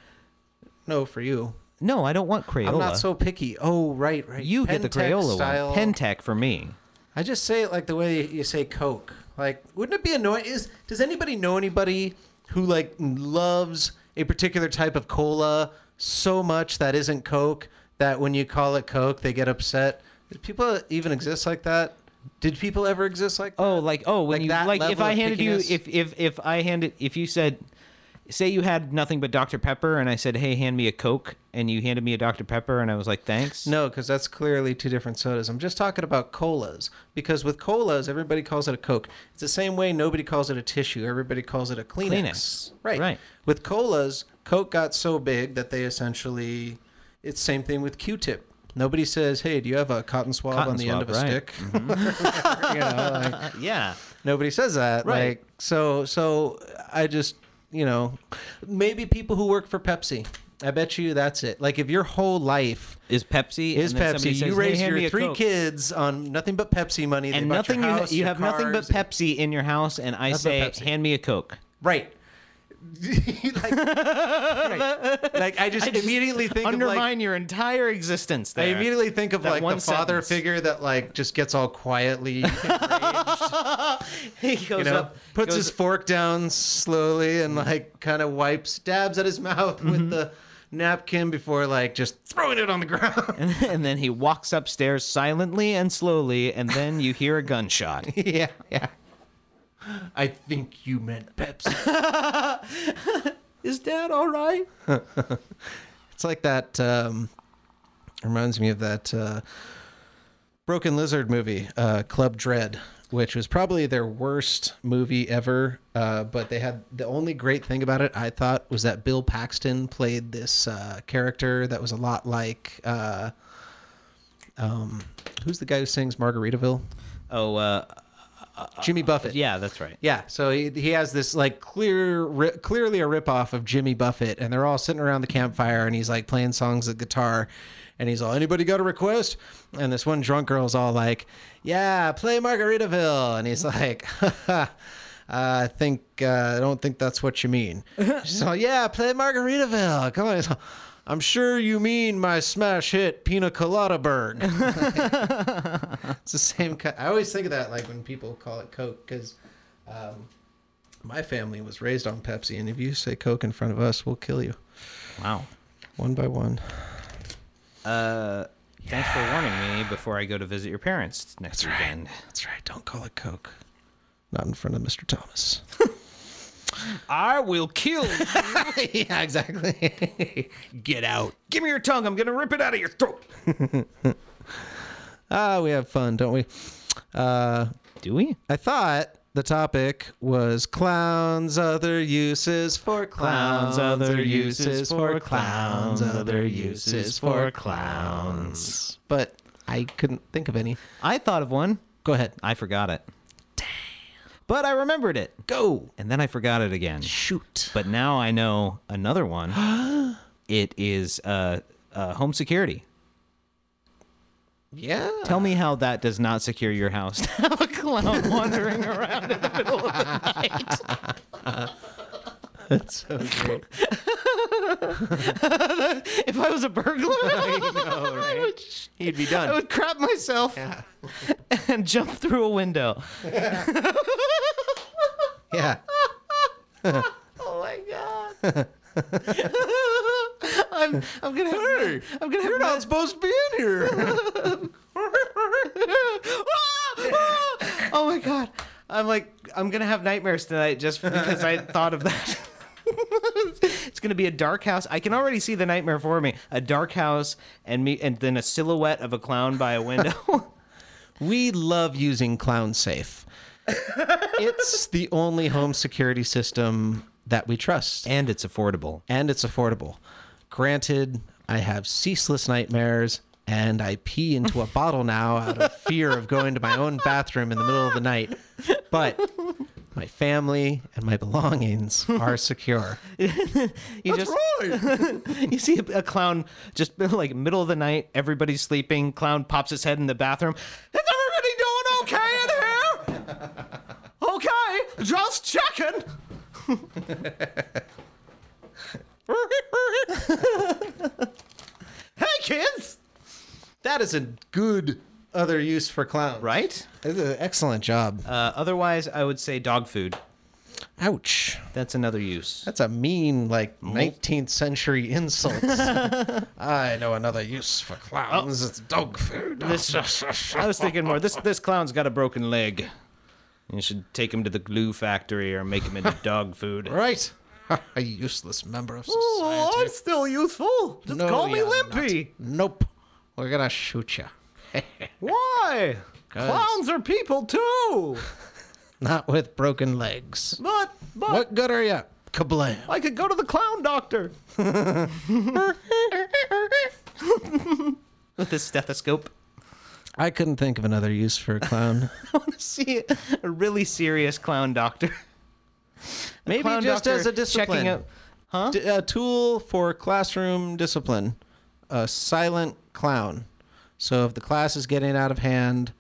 No, for you. no, I don't want Crayola. I'm not so picky. Oh, right, right. you get the Pentec Crayola style. one. Pentec for me. I just say it like the way you say Coke. Like, wouldn't it be annoying? Is does anybody know anybody who like loves a particular type of cola so much that isn't Coke that when you call it Coke they get upset? Do people even exist like that? Did people ever exist like that? Oh, like oh, when Like you that like if level I of handed you pickiness? if if if I handed if you said say you had nothing but Dr Pepper and I said hey hand me a Coke and you handed me a Dr Pepper and I was like thanks. No, because that's clearly two different sodas. I'm just talking about colas because with colas, everybody calls it a Coke. It's the same way nobody calls it a tissue. Everybody calls it a Kleenex. Kleenex. Right. Right. With colas, Coke got so big that they essentially, it's same thing with Q-tip. Nobody says, "Hey, do you have a cotton swab Cotton on the end of swab, a right. Mm-hmm. stick?" you know, like, Yeah. nobody says that. Right. Like so, so I just you know, maybe people who work for Pepsi. I bet you that's it. Like if your whole life Is Pepsi is and then Pepsi. somebody You says, "Hey, raised hand me your a three Coke." kids on nothing but Pepsi money. They and bought nothing your house, you, you your have nothing but cars, and- Pepsi in your house and I but say Pepsi. hand me a Coke. Right. like, right. Like, I just immediately think of undermine like your entire existence. I There. immediately think of That like one the father sentence. figure that like just gets all quietly, he goes you know, up, puts goes- Mm-hmm. his fork down slowly and like kind of wipes, dabs at his mouth with the napkin before like just throwing it on the ground. and then he walks upstairs silently and slowly, and then you hear a gunshot. yeah, yeah. I think you meant Pepsi. Is Dad all right? It's like that. Um, reminds me of that uh, Broken Lizard movie, uh, Club Dread, which was probably their worst movie ever. Uh, but they had the only great thing about it, I thought, was that Bill Paxton played this uh, character that was a lot like. Uh, um, who's the guy who sings Margaritaville? Oh, uh, Jimmy Buffett. yeah, that's right. Uh, Yeah, so he, he has this like clear, ri- clearly a ripoff of Jimmy Buffett, and they're all sitting around the campfire, and he's like playing songs at guitar, and he's all, "Anybody got a request?" And this one drunk girl's all like, "Yeah, play Margaritaville," and he's like, "I think uh, I don't think that's what you mean." She's all, "Yeah, play Margaritaville." Come on, he's all, I'm sure you mean my smash hit Pina Colada Bird. It's the same. ki- I always think of that, like when people call it Coke, because um, my family was raised on Pepsi, and if you say Coke in front of us, we'll kill you Wow. one by one. Uh, thanks for warning me before I go to visit your parents next weekend. That's right. Don't call it Coke. Not in front of Mr. Thomas. I will kill. you. yeah, exactly. Get out. Give me your tongue. I'm gonna rip it out of your throat. Ah, we have fun, don't we? Uh, Do we? I thought the topic was clowns, other uses for clowns, but I couldn't think of any. I thought of one. Go ahead. I forgot it. Damn. But I remembered it. Go. And then I forgot it again. Shoot. But now I know another one. it is uh, uh, home security. Yeah. Tell me how that does not secure your house to have a clown wandering around in the middle of the night. That's so great. If I was a burglar, I, would, He'd be I done. would crap myself and jump through a window. Yeah. Oh my god. I'm, I'm gonna have, I'm gonna have You're not supposed to be in here. oh my god i'm like i'm gonna have nightmares tonight just because i thought of that it's gonna be a dark house i can already see the nightmare for me a dark house and me and then a silhouette of a clown by a window We love using Clown Safe. it's the only home security system that we trust. and it's affordable and it's affordable. Granted, I have ceaseless nightmares and I pee into a bottle now out of fear of going to my own bathroom in the middle of the night. But my family and my belongings are secure. you just you see a, a clown just like middle of the night everybody's sleeping clown pops his head in the bathroom is everybody doing okay in here okay just checking hey kids That is a good other use for clown. right That's an excellent job. uh, otherwise i would say dog food Ouch. that's another use That's a mean, like, 19th century insult. I know another use for clowns. It's dog food. this i was thinking more this this clown's got a broken leg you should take him to the glue factory or make him into dog food Right. a useless member of Oh, I'm society. still useful. Just No, call me you're Limpy. Nope. We're gonna shoot you. Why? 'Cause- Clowns are people too. Not with broken legs. But but What good are you? Kablam. I could go to the clown doctor. With this stethoscope. I couldn't think of another use for a clown. I want to see a really serious clown doctor. Maybe Clown just doctor as a checking discipline. out- D- a tool for classroom discipline. A silent clown. So if the class is getting out of hand,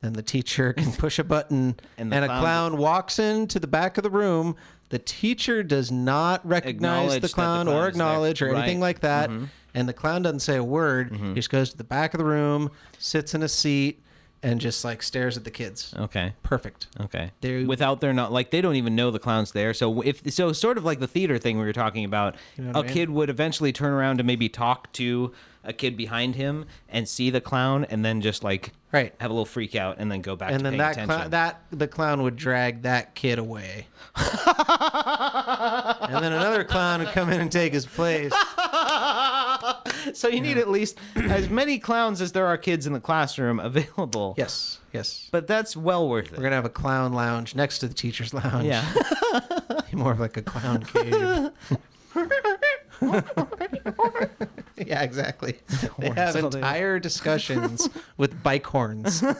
then the teacher can push a button And and, the a clown- clown walks into the back of the room. The teacher does not recognize Acknowledge the that the clown, clown or is there. acknowledge or anything Right. like Mm-hmm. that. And the clown doesn't say a word. He just goes to the back of the room, sits in a seat, and just like stares at the kids. Okay. Perfect. Okay. They- Without their not like they don't even know the clown's there. So if so, sort of like the theater thing we were talking about, know a what I mean? kid would eventually turn around to maybe talk to a kid behind him and see the clown, and then just like Right. have a little freak out, and then go back. to And then paying that attention. clown, that the clown would drag that kid away. and then another clown would come in and take his place. so you need at least as many clowns as there are kids in the classroom available. Yes, yes. But that's well worth We're it. gonna have a clown lounge next to the teacher's lounge. Yeah. more of like a clown cave. yeah, exactly. They have all day. entire discussions with bike horns. this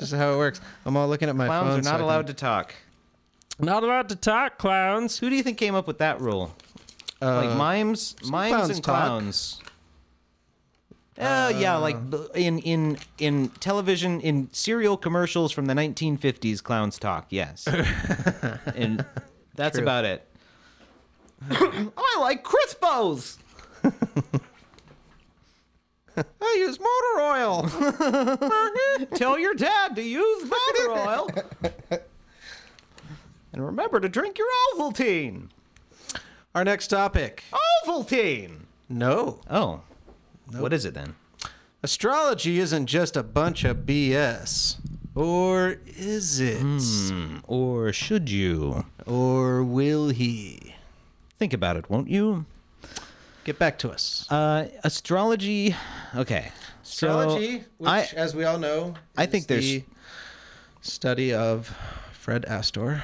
is how it works. I'm all looking at my Clowns phone. are not allowed to talk. to. Not allowed to talk, clowns. Who do you think came up with that rule? like mimes, mimes clowns and talk. Uh, clowns. Oh yeah, like b- in in in television in serial commercials from the 1950s, clowns talk. Yes, and that's about it. I like crispos. I use motor oil. Tell your dad to use motor oil, and remember to drink your Ovaltine. Our next topic. Ovaltine. No. Oh, what is it then? Astrology isn't just a bunch of BS. Or is it? Hmm. Hmm. Or should you? Or will he? Think about it, won't you? Get back to us. Uh, astrology. Okay. So, Astrology, which, I- as we all know, I is think there's- the study of Fred Astor.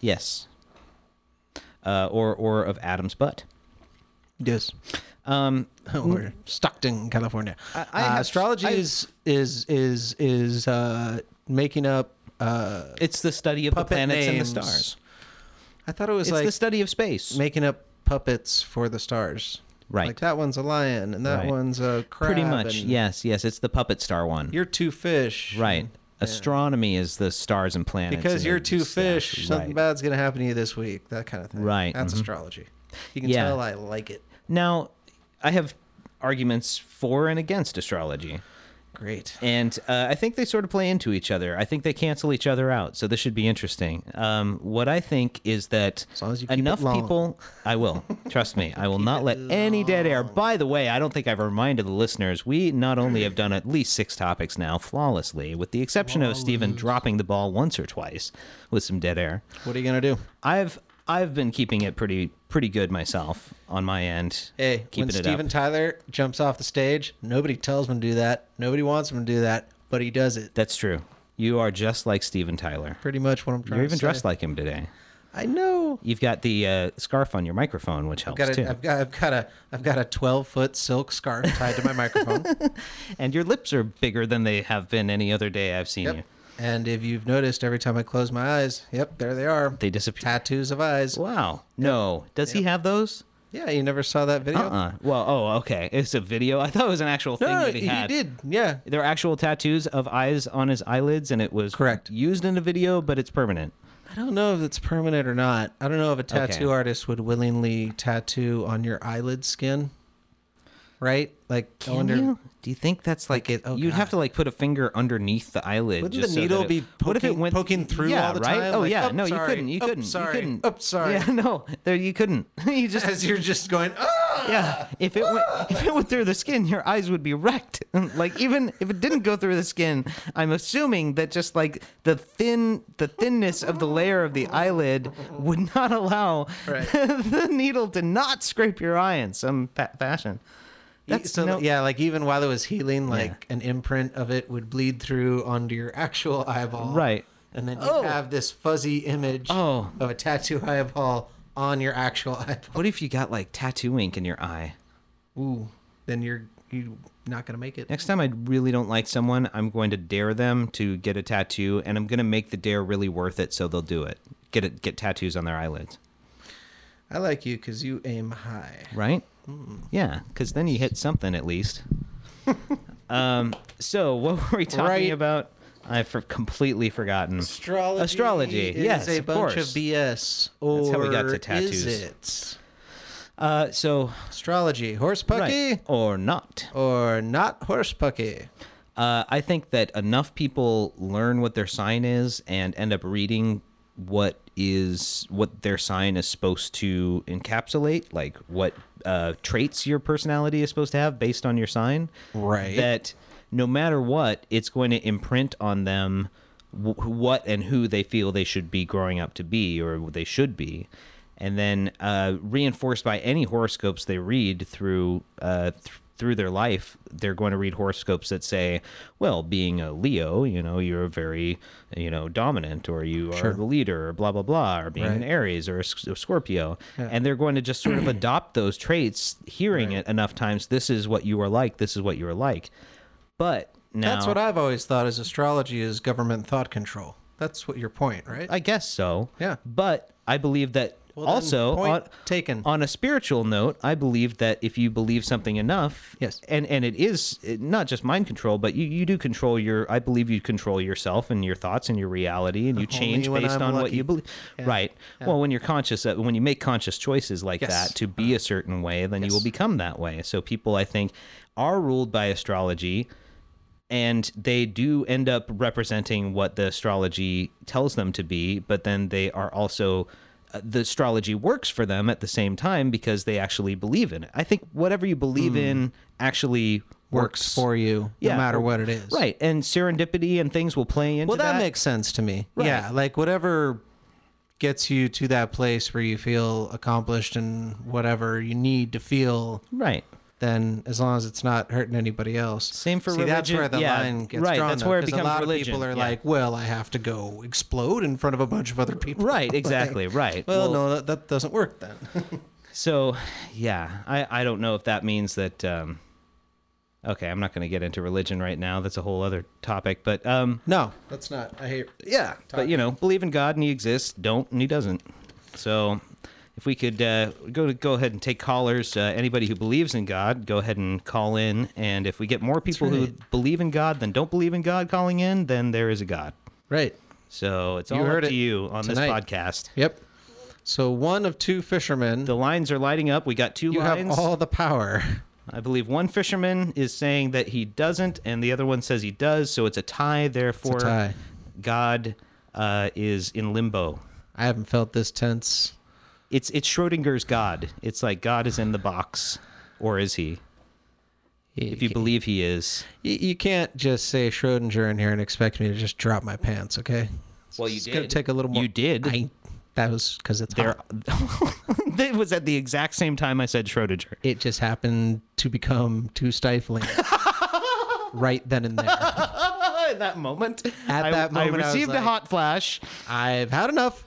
yes. Uh, or or of Adam's butt. Yes. Um, or Stockton, California. I uh, have- astrology I- is is is is uh, making up uh, it's the study of the puppet planets and the names. stars. I thought it was It's like the study of space. making up puppets for the stars. Right. Like that one's a lion, and that Right. one's a crab. Pretty much. and Yes, yes. It's the puppet star one. You're two fish. right. Astronomy is the stars and planets. Because and you're the two stuff. fish, something Right. bad's gonna happen to you this week. That kind of thing. Right, That's mhm. astrology. You can Yeah. tell I like it. Now, I have arguments for and against astrology. Great. And uh, I think they sort of play into each other. I think they cancel each other out. So this should be interesting. Um, what I think is that As long as you keep it enough long. people. I will. Trust me. I will not let any dead air. By the way, I don't think I've reminded the listeners. We not only have done at least six topics now flawlessly, with the exception of Steven dropping the ball once or twice with some dead air. What are you gonna do? I've I've been keeping it pretty pretty good myself on my end. Hey, when keeping it Steven up. Tyler jumps off the stage, nobody tells him to do that. Nobody wants him to do that, but he does it. That's true. You are just like Steven Tyler. Pretty much what I'm trying You're to even say. dressed like him today. I know. You've got the uh, scarf on your microphone, which helps Got too. a, I've got I've got a I've got a 12 foot silk scarf tied to my microphone. And your lips are bigger than they have been any other day I've seen you. Yep. And if you've noticed, every time I close my eyes, yep, there they are. They disappear. Tattoos of eyes. Wow. No. Does he have those? Yeah, you never saw that video. Uh uh Well, oh, okay. It's a video. I thought it was an actual thing Uh-uh. No, that he, he, had. did. Yeah, There were actual tattoos of eyes on his eyelids, and it was Correct. used in a video, but it's permanent. I don't know if it's permanent or not. I don't know if a tattoo Okay. artist would willingly tattoo on your eyelid skin, right? Like, I Can wonder. you? Do you think that's like Like it- oh, you'd have God. to like put a finger underneath the eyelid? Wouldn't the just so that needle it- be what if it poking- went, poking through yeah, all the right? time? Oh Like, yeah, "Oh, no, you sorry. couldn't. You Oh, couldn't. sorry. You couldn't. Oh, sorry. Yeah, no, there you couldn't. you just As you're just going, ah! yeah. If it went if it went through the skin, your eyes would be wrecked. like even if it didn't go through the skin, I'm assuming that just like the thin the thinness of the layer of the eyelid would not allow Right. the needle to not scrape your eye in some fa- fashion. That's E, so, no, yeah, like even while it was healing, like an imprint of it would bleed through onto your actual eyeball. Right. And then you Oh. have this fuzzy image Oh. of a tattoo eyeball on your actual eyeball. What if you got like tattoo ink in your eye? Ooh, then you're you not gonna make it. Next time I really don't like someone, I'm going to dare them to get a tattoo and I'm going to make the dare really worth it so they'll do it. Get it get tattoos on their eyelids, I like you because you aim high. right? Yeah, cuz then you hit something at least. um so what were we talking Right. about? I've for- completely forgotten. Astrology. Astrology, is yes, a of bunch course. of BS. Or how we got to is tattoos. it? Uh so Astrology, horse pucky right, or not. or not horse pucky? Uh, I think that enough people learn what their sign is and end up reading what is what their sign is supposed to encapsulate, like what uh, traits your personality is supposed to have based on your sign. Right. That no matter what, it's going to imprint on them wh- what and who they feel they should be growing up to be or what they should be. And then uh, reinforced by any horoscopes they read through uh, th- through their life, they're going to read horoscopes that say, well, being a Leo, you know, you're very, you know, dominant or you are the leader or blah, blah, blah, or being an Aries or a, S- a Scorpio. And they're going to just sort of adopt those traits, hearing it enough times. This is what you are like. This is what you are like. But now That's what I've always thought. Is astrology is government thought control? That's what your point, right? I guess so. Yeah. But I believe that Well, then, also point on, taken. on a spiritual note, I believe that if you believe something enough, Yes. and and it is eh, not just mind control, but you, you do control your. I believe you control yourself and your thoughts and your reality, and you change when based I'm on what lucky. you believe. Right. Well, when you're conscious, of, when you make conscious choices like Yes. Uh-huh. that to be a certain way, then you will become that way. So people, I think, are ruled by astrology and they do end up representing what the astrology tells them to be but then they are also uh, the astrology works for them at the same time because they actually believe in it i think whatever you believe in actually works works, for you, Yeah. no matter what it is. right and serendipity and things will play into Well, that, that makes sense to me. Yeah, like whatever gets you to that place where you feel accomplished and whatever you need to feel, right then as long as it's not hurting anybody else. Same for See, that's religion. where the Yeah, line gets right, drawn. that's though, where it 'cause becomes a lot religion, of people are yeah. like, "Well, I have to go explode in front of a bunch of other people." right Like, exactly right well, no, that, that doesn't work then. So, yeah, I, I don't know if that means that. Um, okay, I'm not going to get into religion right now. That's a whole other topic. But um, No, that's not. I hate. yeah, but you know, believe in God and He exists. Don't and He doesn't. So, if we could uh, go to go ahead and take callers, uh, anybody who believes in God, go ahead and call in. And if we get more people who believe in God than don't believe in God calling in, then there is a God. Right. So it's You all heard up it to you on tonight. this podcast. Yep. So one of two fishermen. The lines are lighting up. We got two you lines. have all the power. I believe one fisherman is saying that he doesn't, and the other one says he does. So it's a tie. Therefore, tie. God uh, is in limbo. I haven't felt this tense. It's it's Schrodinger's God. It's like God is in the box, or is he? If you believe he is, You, you can't just say Schrodinger in here and expect me to just drop my pants, okay? well, you It's gonna take a little more. You did. I, that was because it's there, hot. that was at the exact same time I said Schrodinger. It just happened to become too stifling. right then and there, At that moment, At I, that moment, I I was received like- a hot flash. I've had enough.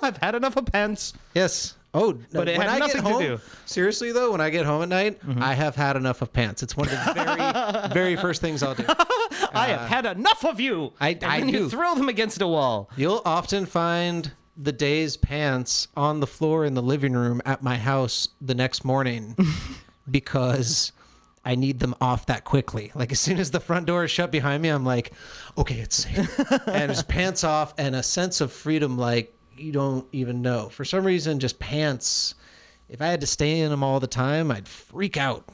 I've had enough of pence. Yes. Oh, But it when had I get nothing to home, do. Mm-hmm. Seriously though, when I get home at night, I have had enough of pants. It's one of the very, very first things I'll do. I have had enough of you. I- and I then do. you throw them against a wall. You'll often find the day's pants on the floor in the living room at my house the next morning because I need them off that quickly. Like as soon as the front door is shut behind me, I'm like, okay, it's safe. and just pants off and a sense of freedom like you don't even know. For some reason, just pants. If I had to stay in them all the time, I'd freak out.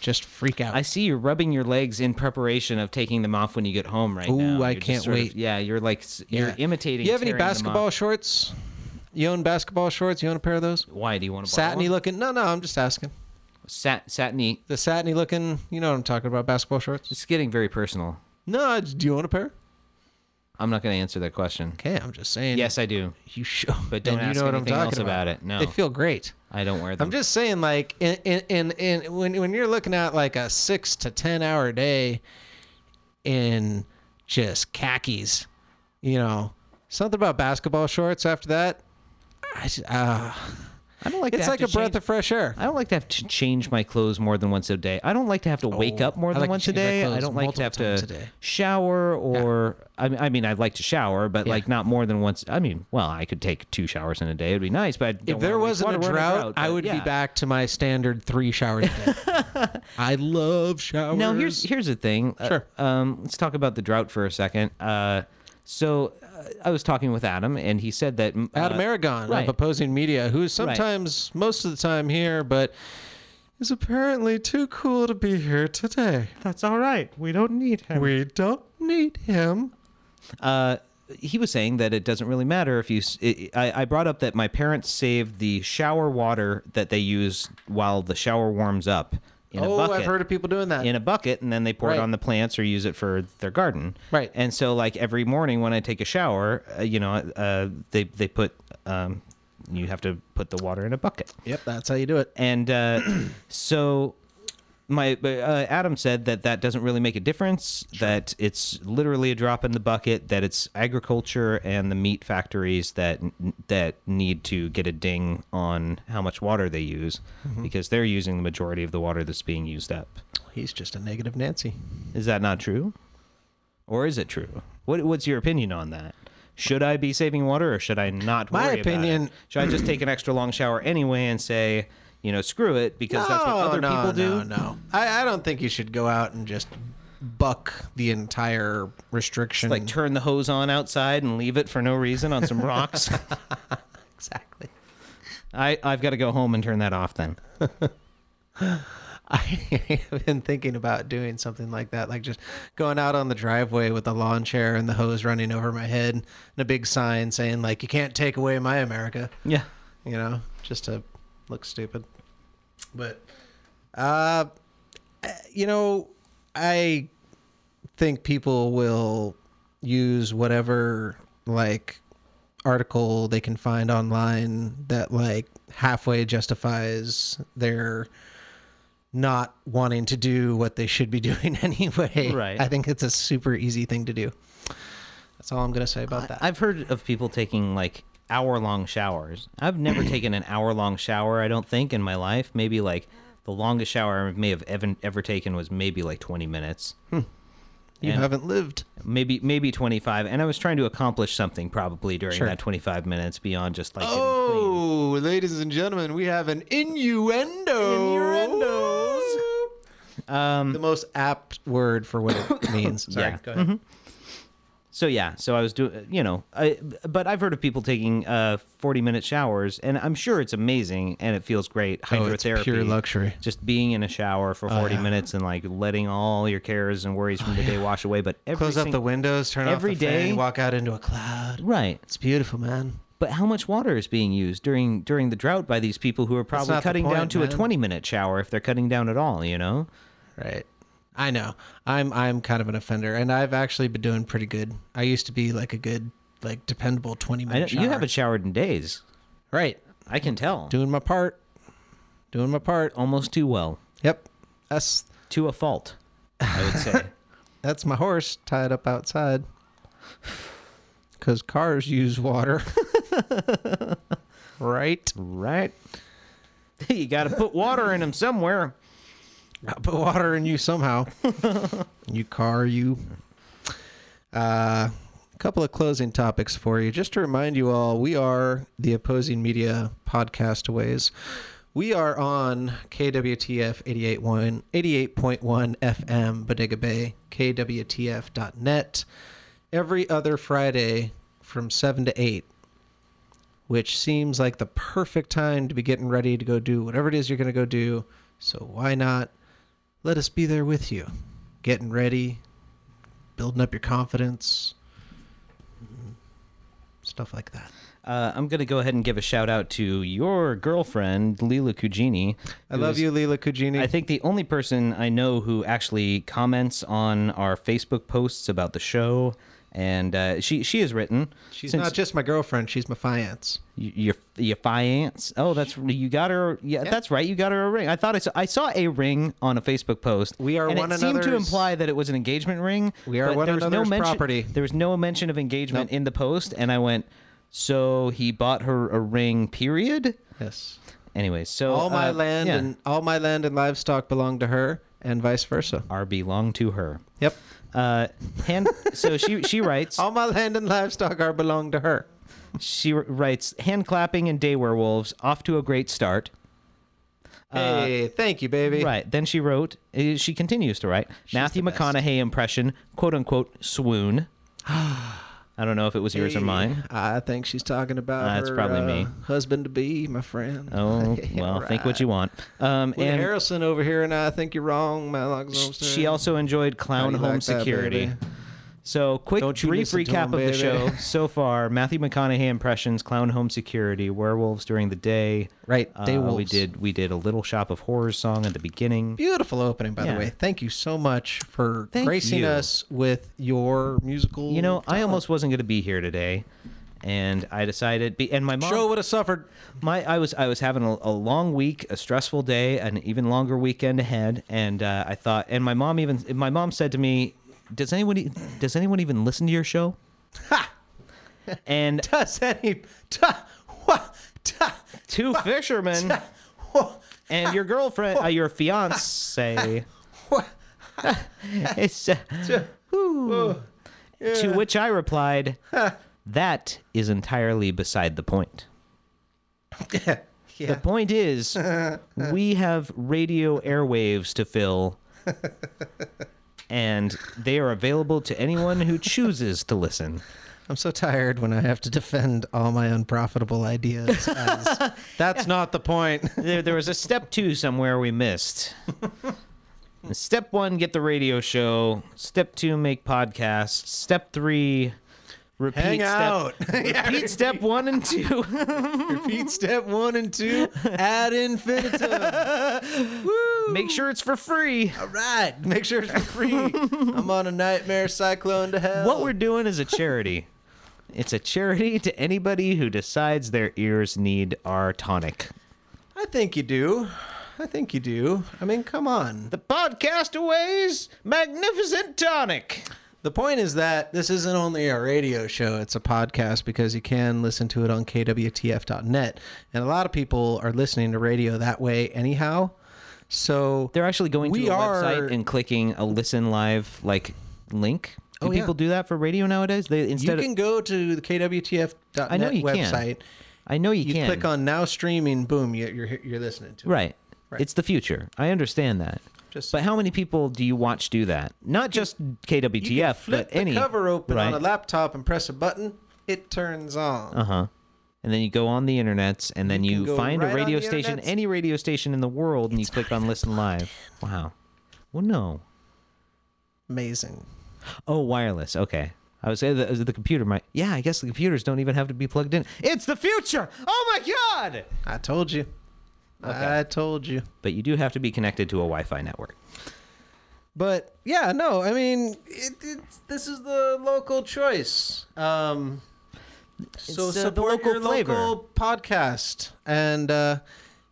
Just freak out. I see you're rubbing your legs in preparation of taking them off when you get home right Ooh, now. I You're just can't sort of- wait. yeah, you're like s- you're Yeah. imitating. You have any tearing them off. basketball shorts? You own basketball shorts? You own a pair of those? Why do you want to satiny looking. No, no, I'm just asking. Sat satiny. The satiny looking. You know what I'm talking about? Basketball shorts. It's getting very personal. No, I just- do you own a pair? I'm not going to answer that question. Okay, I'm just saying. Yes, I do, you should. but don't ask anything else about it. No, they feel great. I don't wear them. I'm just saying, like, in, in, in, in when when you're looking at like a six to ten hour day in just khakis, you know, something about basketball shorts after that. I just, uh, I don't like. to it's have like to a breath change- of fresh air. I don't like to have to change my clothes more than once a day. I don't like to have to wake Oh, up more I than like to once a change my day. I clothes don't like to have multiple to times a day. shower or I mean, I mean, I'd like to shower, but Yeah. like not more than once. I mean, well, I could take two showers in a day. It'd be nice, but I don't If there wanna waste wasn't a water. We're in drought, I but would yeah. be back to my standard three showers a day. I love showers. No, here's here's the thing. Uh, Sure. um, let's talk about the drought for a second. Uh, so uh, I was talking with Adam, and he said that mm, Adam uh, Aragon right. of opposing media, who is sometimes most of the time here, but is apparently too cool to be here today. That's all right. We don't need him. We don't need him. uh, he was saying that it doesn't really matter if you. s- i I, I brought up that my parents save the shower water that they use while the shower warms up in a oh, bucket. I've heard of people doing that. in a bucket, and then they pour Right. it on the plants or use it for their garden. Right. And so, like every morning when I take a shower, uh, you know, uh, they they put um, you have to put the water in a bucket. yep, that's how you do it. And uh, so my but, uh, Adam said that that doesn't really make a difference. That it's literally a drop in the bucket. That it's agriculture and the meat factories that that need to get a ding on how much water they use because they're using the majority of the water that's being used up. He's just a negative Nancy. Is that not true? Or is it true? What What's your opinion on that? Should I be saving water or should I not? My worry about it? opinion- Should I just take an extra long shower anyway and say, you know, screw it because that's what no, other Oh, no, people do? No, no, I, I don't think you should go out and just buck the entire restriction. Like turn the hose on outside and leave it for no reason on some rocks. exactly. I I've got to go home and turn that off then. I have been thinking about doing something like that, like just going out on the driveway with a lawn chair and the hose running over my head and a big sign saying like "You can't take away my America," Yeah. you know, just to look stupid. But, uh, you know, I think people will use whatever like article they can find online that like halfway justifies their not wanting to do what they should be doing anyway. Right. I think it's Uh, a super easy thing to do. That's all I'm gonna say about that. I've heard of people taking like hour long showers. I've never taken an hour long shower, I don't think, in my life. Maybe like the longest shower I may have ever, ever taken was maybe like 20 minutes. You And- haven't lived. Maybe maybe 25. And I was trying to accomplish something probably during Sure. that 25 minutes beyond just like. getting clean. Oh, ladies and gentlemen, we have an innuendo. Innuendos. Um, the most apt word for what it means. Sorry, Yeah. Mm-hmm. go ahead. So yeah, so I was doing, you know, I, but I've heard of people taking uh, forty minute showers, and I'm sure it's amazing and it feels great. Oh, it's Hydrotherapy, pure luxury. Oh, Just being in a shower for forty minutes and like letting all your cares and worries from the day wash away. But every Close up sing- the windows, turn every off the day- fan, walk out into a cloud. right? It's beautiful, man. But how much water is being used during during the drought by these people who are probably not the cutting down point, to a man. twenty minute shower if they're cutting down at all? You know, Right. I know. I'm I'm kind of an offender, and I've actually been doing pretty good. I used to be like a good, like dependable twenty I minute. don't, you haven't showered in days. right. I can tell, Doing my part. Doing my part. almost too well, Yep. That's to a fault, I would say. that's my horse tied up outside. Cause cars use water. right. Right. you got to put water in them somewhere. I put water in you somehow. you car, you. Uh, a couple of closing topics for you. Just to remind you all, we are the Opposing Media Podcastaways. We are on KWTF 88.1 88.1 FM, Bodega Bay, KWTF.net, every other Friday from 7 to 8 which seems like the perfect time to be getting ready to go do whatever it is you're going to go do. So why not let us be there with you, getting ready, building up your confidence, stuff like that. Uh, I'm going to go ahead and give a shout out to your girlfriend, Lila Cugini. I love you, Leela Cugini. I think the only person I know who actually comments on our Facebook posts about the show. And uh, she she has written. she's since not just my girlfriend; she's my fiance. y- your your fiance. Oh, that's you got her. Yeah, that's right. You got her a ring. I thought I saw I saw a ring on a Facebook post. We are and one it seemed to another's- imply that it was an engagement ring. We are but one there was no another's mention- property. There was no mention of engagement in the post, and I went. So he bought her a ring. Period. Yes, Anyway, so all my uh, land yeah, and all my land and livestock belong to her, and vice versa. are belong to her. Yep, Uh, hand. so she she writes. all my land and livestock are belong to her. She writes hand clapping and day werewolves off to a great start. hey, Uh, thank you, baby. Right. Then she wrote, uh, she continues to write, Matthew McConaughey impression, quote unquote, swoon. I don't know if it was yours or mine. I think she's talking about Uh, it's her, probably uh, me. husband to be, my friend. Oh, Yeah, well, think right. what you want. Um, Woody and Harrelson over here, and I think you're wrong. My log's she also enjoyed Clown How do you Home like that, Security. baby? So, quick Don't you brief listen to recap 'em, of the baby. show so far Matthew McConaughey impressions, Clown Home Security, Werewolves during the Day. Right, Uh, Day we Wolves. did we did a Little Shop of Horrors song at the beginning. Beautiful opening, by Yeah. the way. Thank you so much for Thank gracing you. us with your musical. You know, I almost wasn't going to be here today, and I decided. Be, and my mom, show would have suffered. my I was I was having a, a long week, a stressful day, an even longer weekend ahead, and uh, I thought. And my mom even my mom said to me, "Does anyone e- does anyone even listen to your show?" Ha! And Does any ta, wha, ta, two fishermen wha, and your girlfriend, uh, your fiance. wha. It's, uh, whew. To which I replied, "That is entirely beside the point." Yeah, Uh-huh. Point is, we have radio airwaves to fill, and they are available to anyone who chooses to listen. I'm so tired when I have to defend all my unprofitable ideas. As, that's not the point. There, there was a step two somewhere we missed. step one, get the radio show. Step two, make podcasts. Step three, repeat Hang step. out. Yeah, Repeat step one and two. Repeat step one and two ad infinitum. Make sure it's for free. All right. Make sure it's for free. I'm on a nightmare cyclone to hell. What we're doing is a charity. It's a charity to anybody who decides their ears need our tonic. I think you do. I think you do. I mean, come on. The Podcastaways Magnificent Tonic. The point is that this isn't only a radio show, it's a podcast because you can listen to it on kwtf.net. And a lot of people are listening to radio that way anyhow. So They're actually going We to a are- website and clicking a listen live like link. Do Oh, yeah. people do that for radio nowadays? They you instead can of, go to the kwtf.net I know you can. website. I know you, You can click on now streaming, boom, you- you're, you're listening to it. right. It's the future. I understand that. Just- but how many people do you watch do that? Not just KWTF, You can flip but the any cover open on right? Uh. a laptop and press a button, it turns on. Uh-huh. and then you go on the internets and then can you, go find right a on radio the station internets. any radio station in the world and you click on listen live wow well no Amazing. oh wireless okay i was saying the, the computer might yeah i guess the computers don't even have to be plugged in it's the future oh my god I told you. I told you. but you do have to be connected to a wi-fi network But yeah, no, I mean, it, it's, this is the local choice. Um, so uh, the support local your flavor. local podcast, and uh,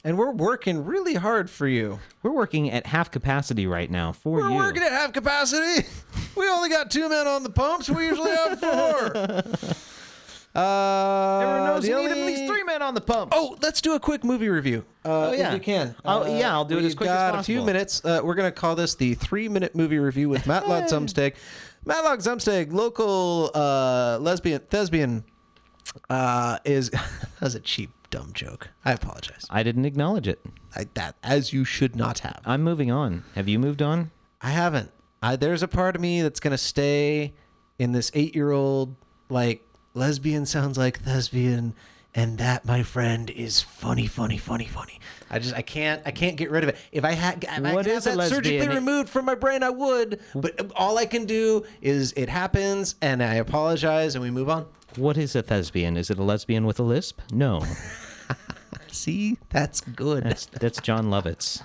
and we're working really hard for you. we're working at half capacity right now for We're you working at half capacity. We only got two men on the pumps. We usually have four. Uh, Everyone knows the you need at only- least three men on the pump. Oh, let's do a quick movie review. Uh, Oh, yeah. if you can. I'll- yeah, I'll do it as we've quick as got a few possible. minutes. Uh, we're gonna call this the three-minute movie review with Matlock Zumsteg. Matlock Zumsteg, local uh, lesbian thespian, uh, is that's a cheap dumb joke. I apologize. I didn't acknowledge it. I, that as you should not have. I'm moving on. Have you moved on? I haven't. I, there's a part of me that's gonna stay in this eight-year-old like lesbian sounds like thespian, and that, my friend, is funny, funny, funny, funny. I just I can't I can't get rid of it. If I had if I What could have is a that surgically lesbian? removed from my brain, I would. But all I can do is it happens, and I apologize, and we move on. What is a thespian? Is it a lesbian with a lisp? No. See, that's good. That's that's John Lovitz,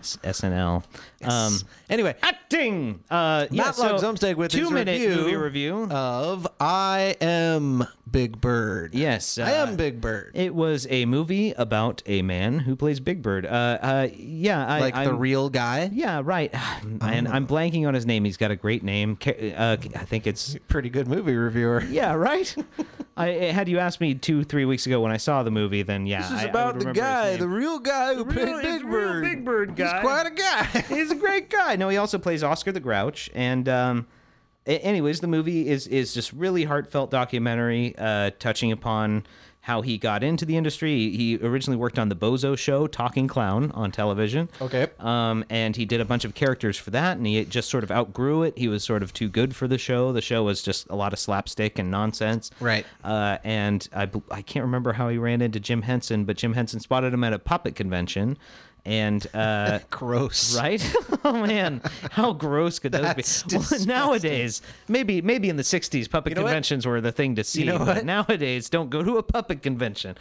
S- SNL. Um, anyway, acting. Uh, yeah, Matt Log so Zumsteg with two his minute review movie review. of I am Big Bird. yes, I uh, am Big Bird. It was a movie about a man who plays Big Bird. Uh, uh, yeah, I, like the I'm- real guy. Yeah, right. And I'm blanking on his name. He's got a great name. Ca- Uh, I think it's Pretty good movie reviewer. Yeah, right. I had you asked me two, three weeks ago when I saw the movie, then yeah, This is I- I would about the remember his guy, name. the real guy who real- played he's Big a real Bird. Big Bird guy. He's quite a guy. He's a great guy. No, he also plays Oscar the Grouch. And um, a- anyways, the movie is is just really heartfelt documentary, uh, touching upon how he got into the industry. He originally worked on the Bozo Show, Talking Clown, on television. Okay. Um, and he did a bunch of characters for that, and he just sort of outgrew it. He was sort of too good for the show. The show was just a lot of slapstick and nonsense. Right. Uh, and I, bel- I can't remember how he ran into Jim Henson, but Jim Henson spotted him at a puppet convention. And uh, Gross. right? oh man, how gross could those That's be? Well, disgusting. nowadays, maybe maybe in the '60s, puppet You know what? conventions were the thing to see. know but what? nowadays, don't go to a puppet convention.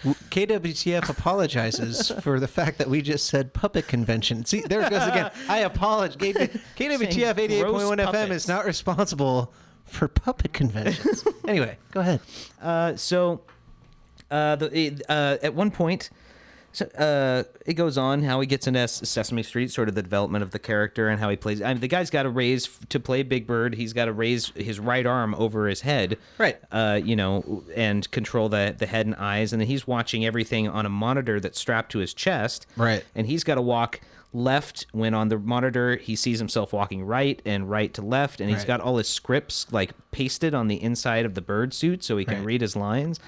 KWTF apologizes for the fact that we just said puppet convention. See, there it goes again. I apologize. KWTF 88.1 Saying gross FM puppets. is not responsible for puppet conventions. anyway, go ahead. Uh, so, uh, the, it, uh, at one point, so, uh, it goes on how he gets into S- Sesame Street, sort of the development of the character and how he plays. I mean, the guy's got to raise to play Big Bird. He's got to raise his right arm over his head, Right. Uh, you know, and control the the head and eyes, and then he's watching everything on a monitor that's strapped to his chest, Right. And he's got to walk left when on the monitor he sees himself walking right and right to left and he's Right. got all his scripts like pasted on the inside of the bird suit so he can Right. Oh, read his lines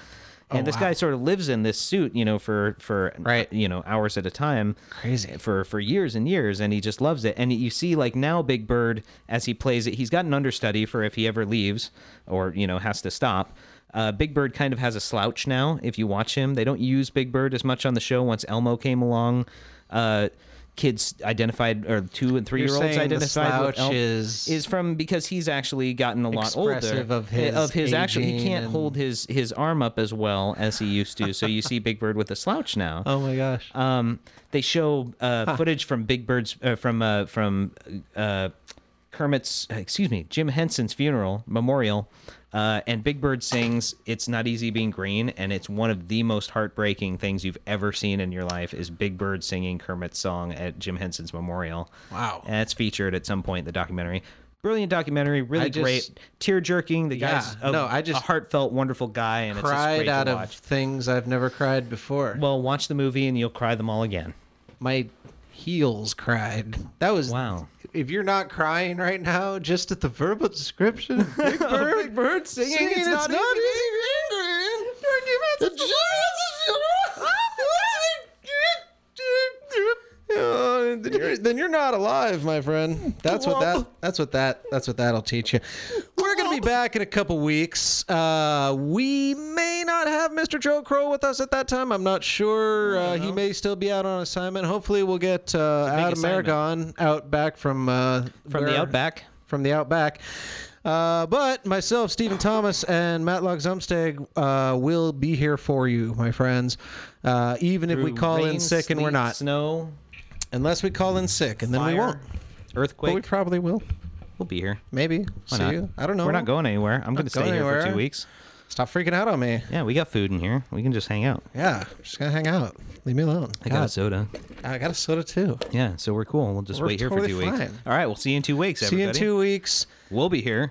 and this wow. guy sort of lives in this suit you know for for Right. you know hours at a time Crazy. for for years and years and he just loves it and you see like now big bird as he plays it he's got an understudy for if he ever leaves or you know has to stop uh, Big Bird kind of has a slouch now. If you watch him, they don't use Big Bird as much on the show. Once Elmo came along, uh, kids identified or two and three You're year olds saying the identified with slouch Elmo is- is from because he's actually gotten a lot older Expressive of his of his actually he aging can't and- hold his his arm up as well as he used to. So you see Big Bird with a slouch now. Oh my gosh. Um, they show uh, footage from Big Bird's uh, from uh, from uh, Kermit's excuse me Jim Henson's funeral memorial, uh, and Big Bird sings "It's Not Easy Being Green," and it's one of the most heartbreaking things you've ever seen in your life is Big Bird singing Kermit's song at Jim Henson's memorial. Wow. and it's featured at some point in the documentary. Brilliant documentary, really I just- great, tear jerking. The guy's Yeah, a, no, I just a heartfelt, wonderful guy, and it's just cried great out to of watch. things I've never cried before. Well, watch the movie and you'll cry them all again. My heels cried. That was Wow. If you're not crying right now, just at the verbal description, of Big Bird, Big Bird singing, it's, not, easy. Oh, then you're- then you're not alive, my friend. That's what that. That's what that. That's what that'll teach you. We're gonna be back in a couple weeks. Uh, we may not have Mr. Joe Crow with us at that time. I'm not sure. Uh, he may still be out on assignment. Hopefully, we'll get uh, Adam assignment. Aragon out back from uh, From the where- Outback. from the Outback. Uh, but myself, Stephen Thomas, and Matlock Zumsteg uh, will be here for you, my friends. Uh, even if we Through call rain, in sick and we're sleet, not, Snow, unless we call in sick, and then we fire, won't. But Earthquake. we probably will. we'll be here. Maybe. Why See not? you. I don't know. We're not going anywhere. I'm going to stay going here for anywhere. two weeks. Stop freaking out on me. Yeah, we got food in here. We can just hang out. Yeah, just gonna hang out. Leave me alone. I got a God, soda. I got a soda too. Yeah, so we're cool. We'll just We're wait here totally for two weeks. fine. All right, we'll see you in two weeks, See you everybody. in two weeks. We'll be here.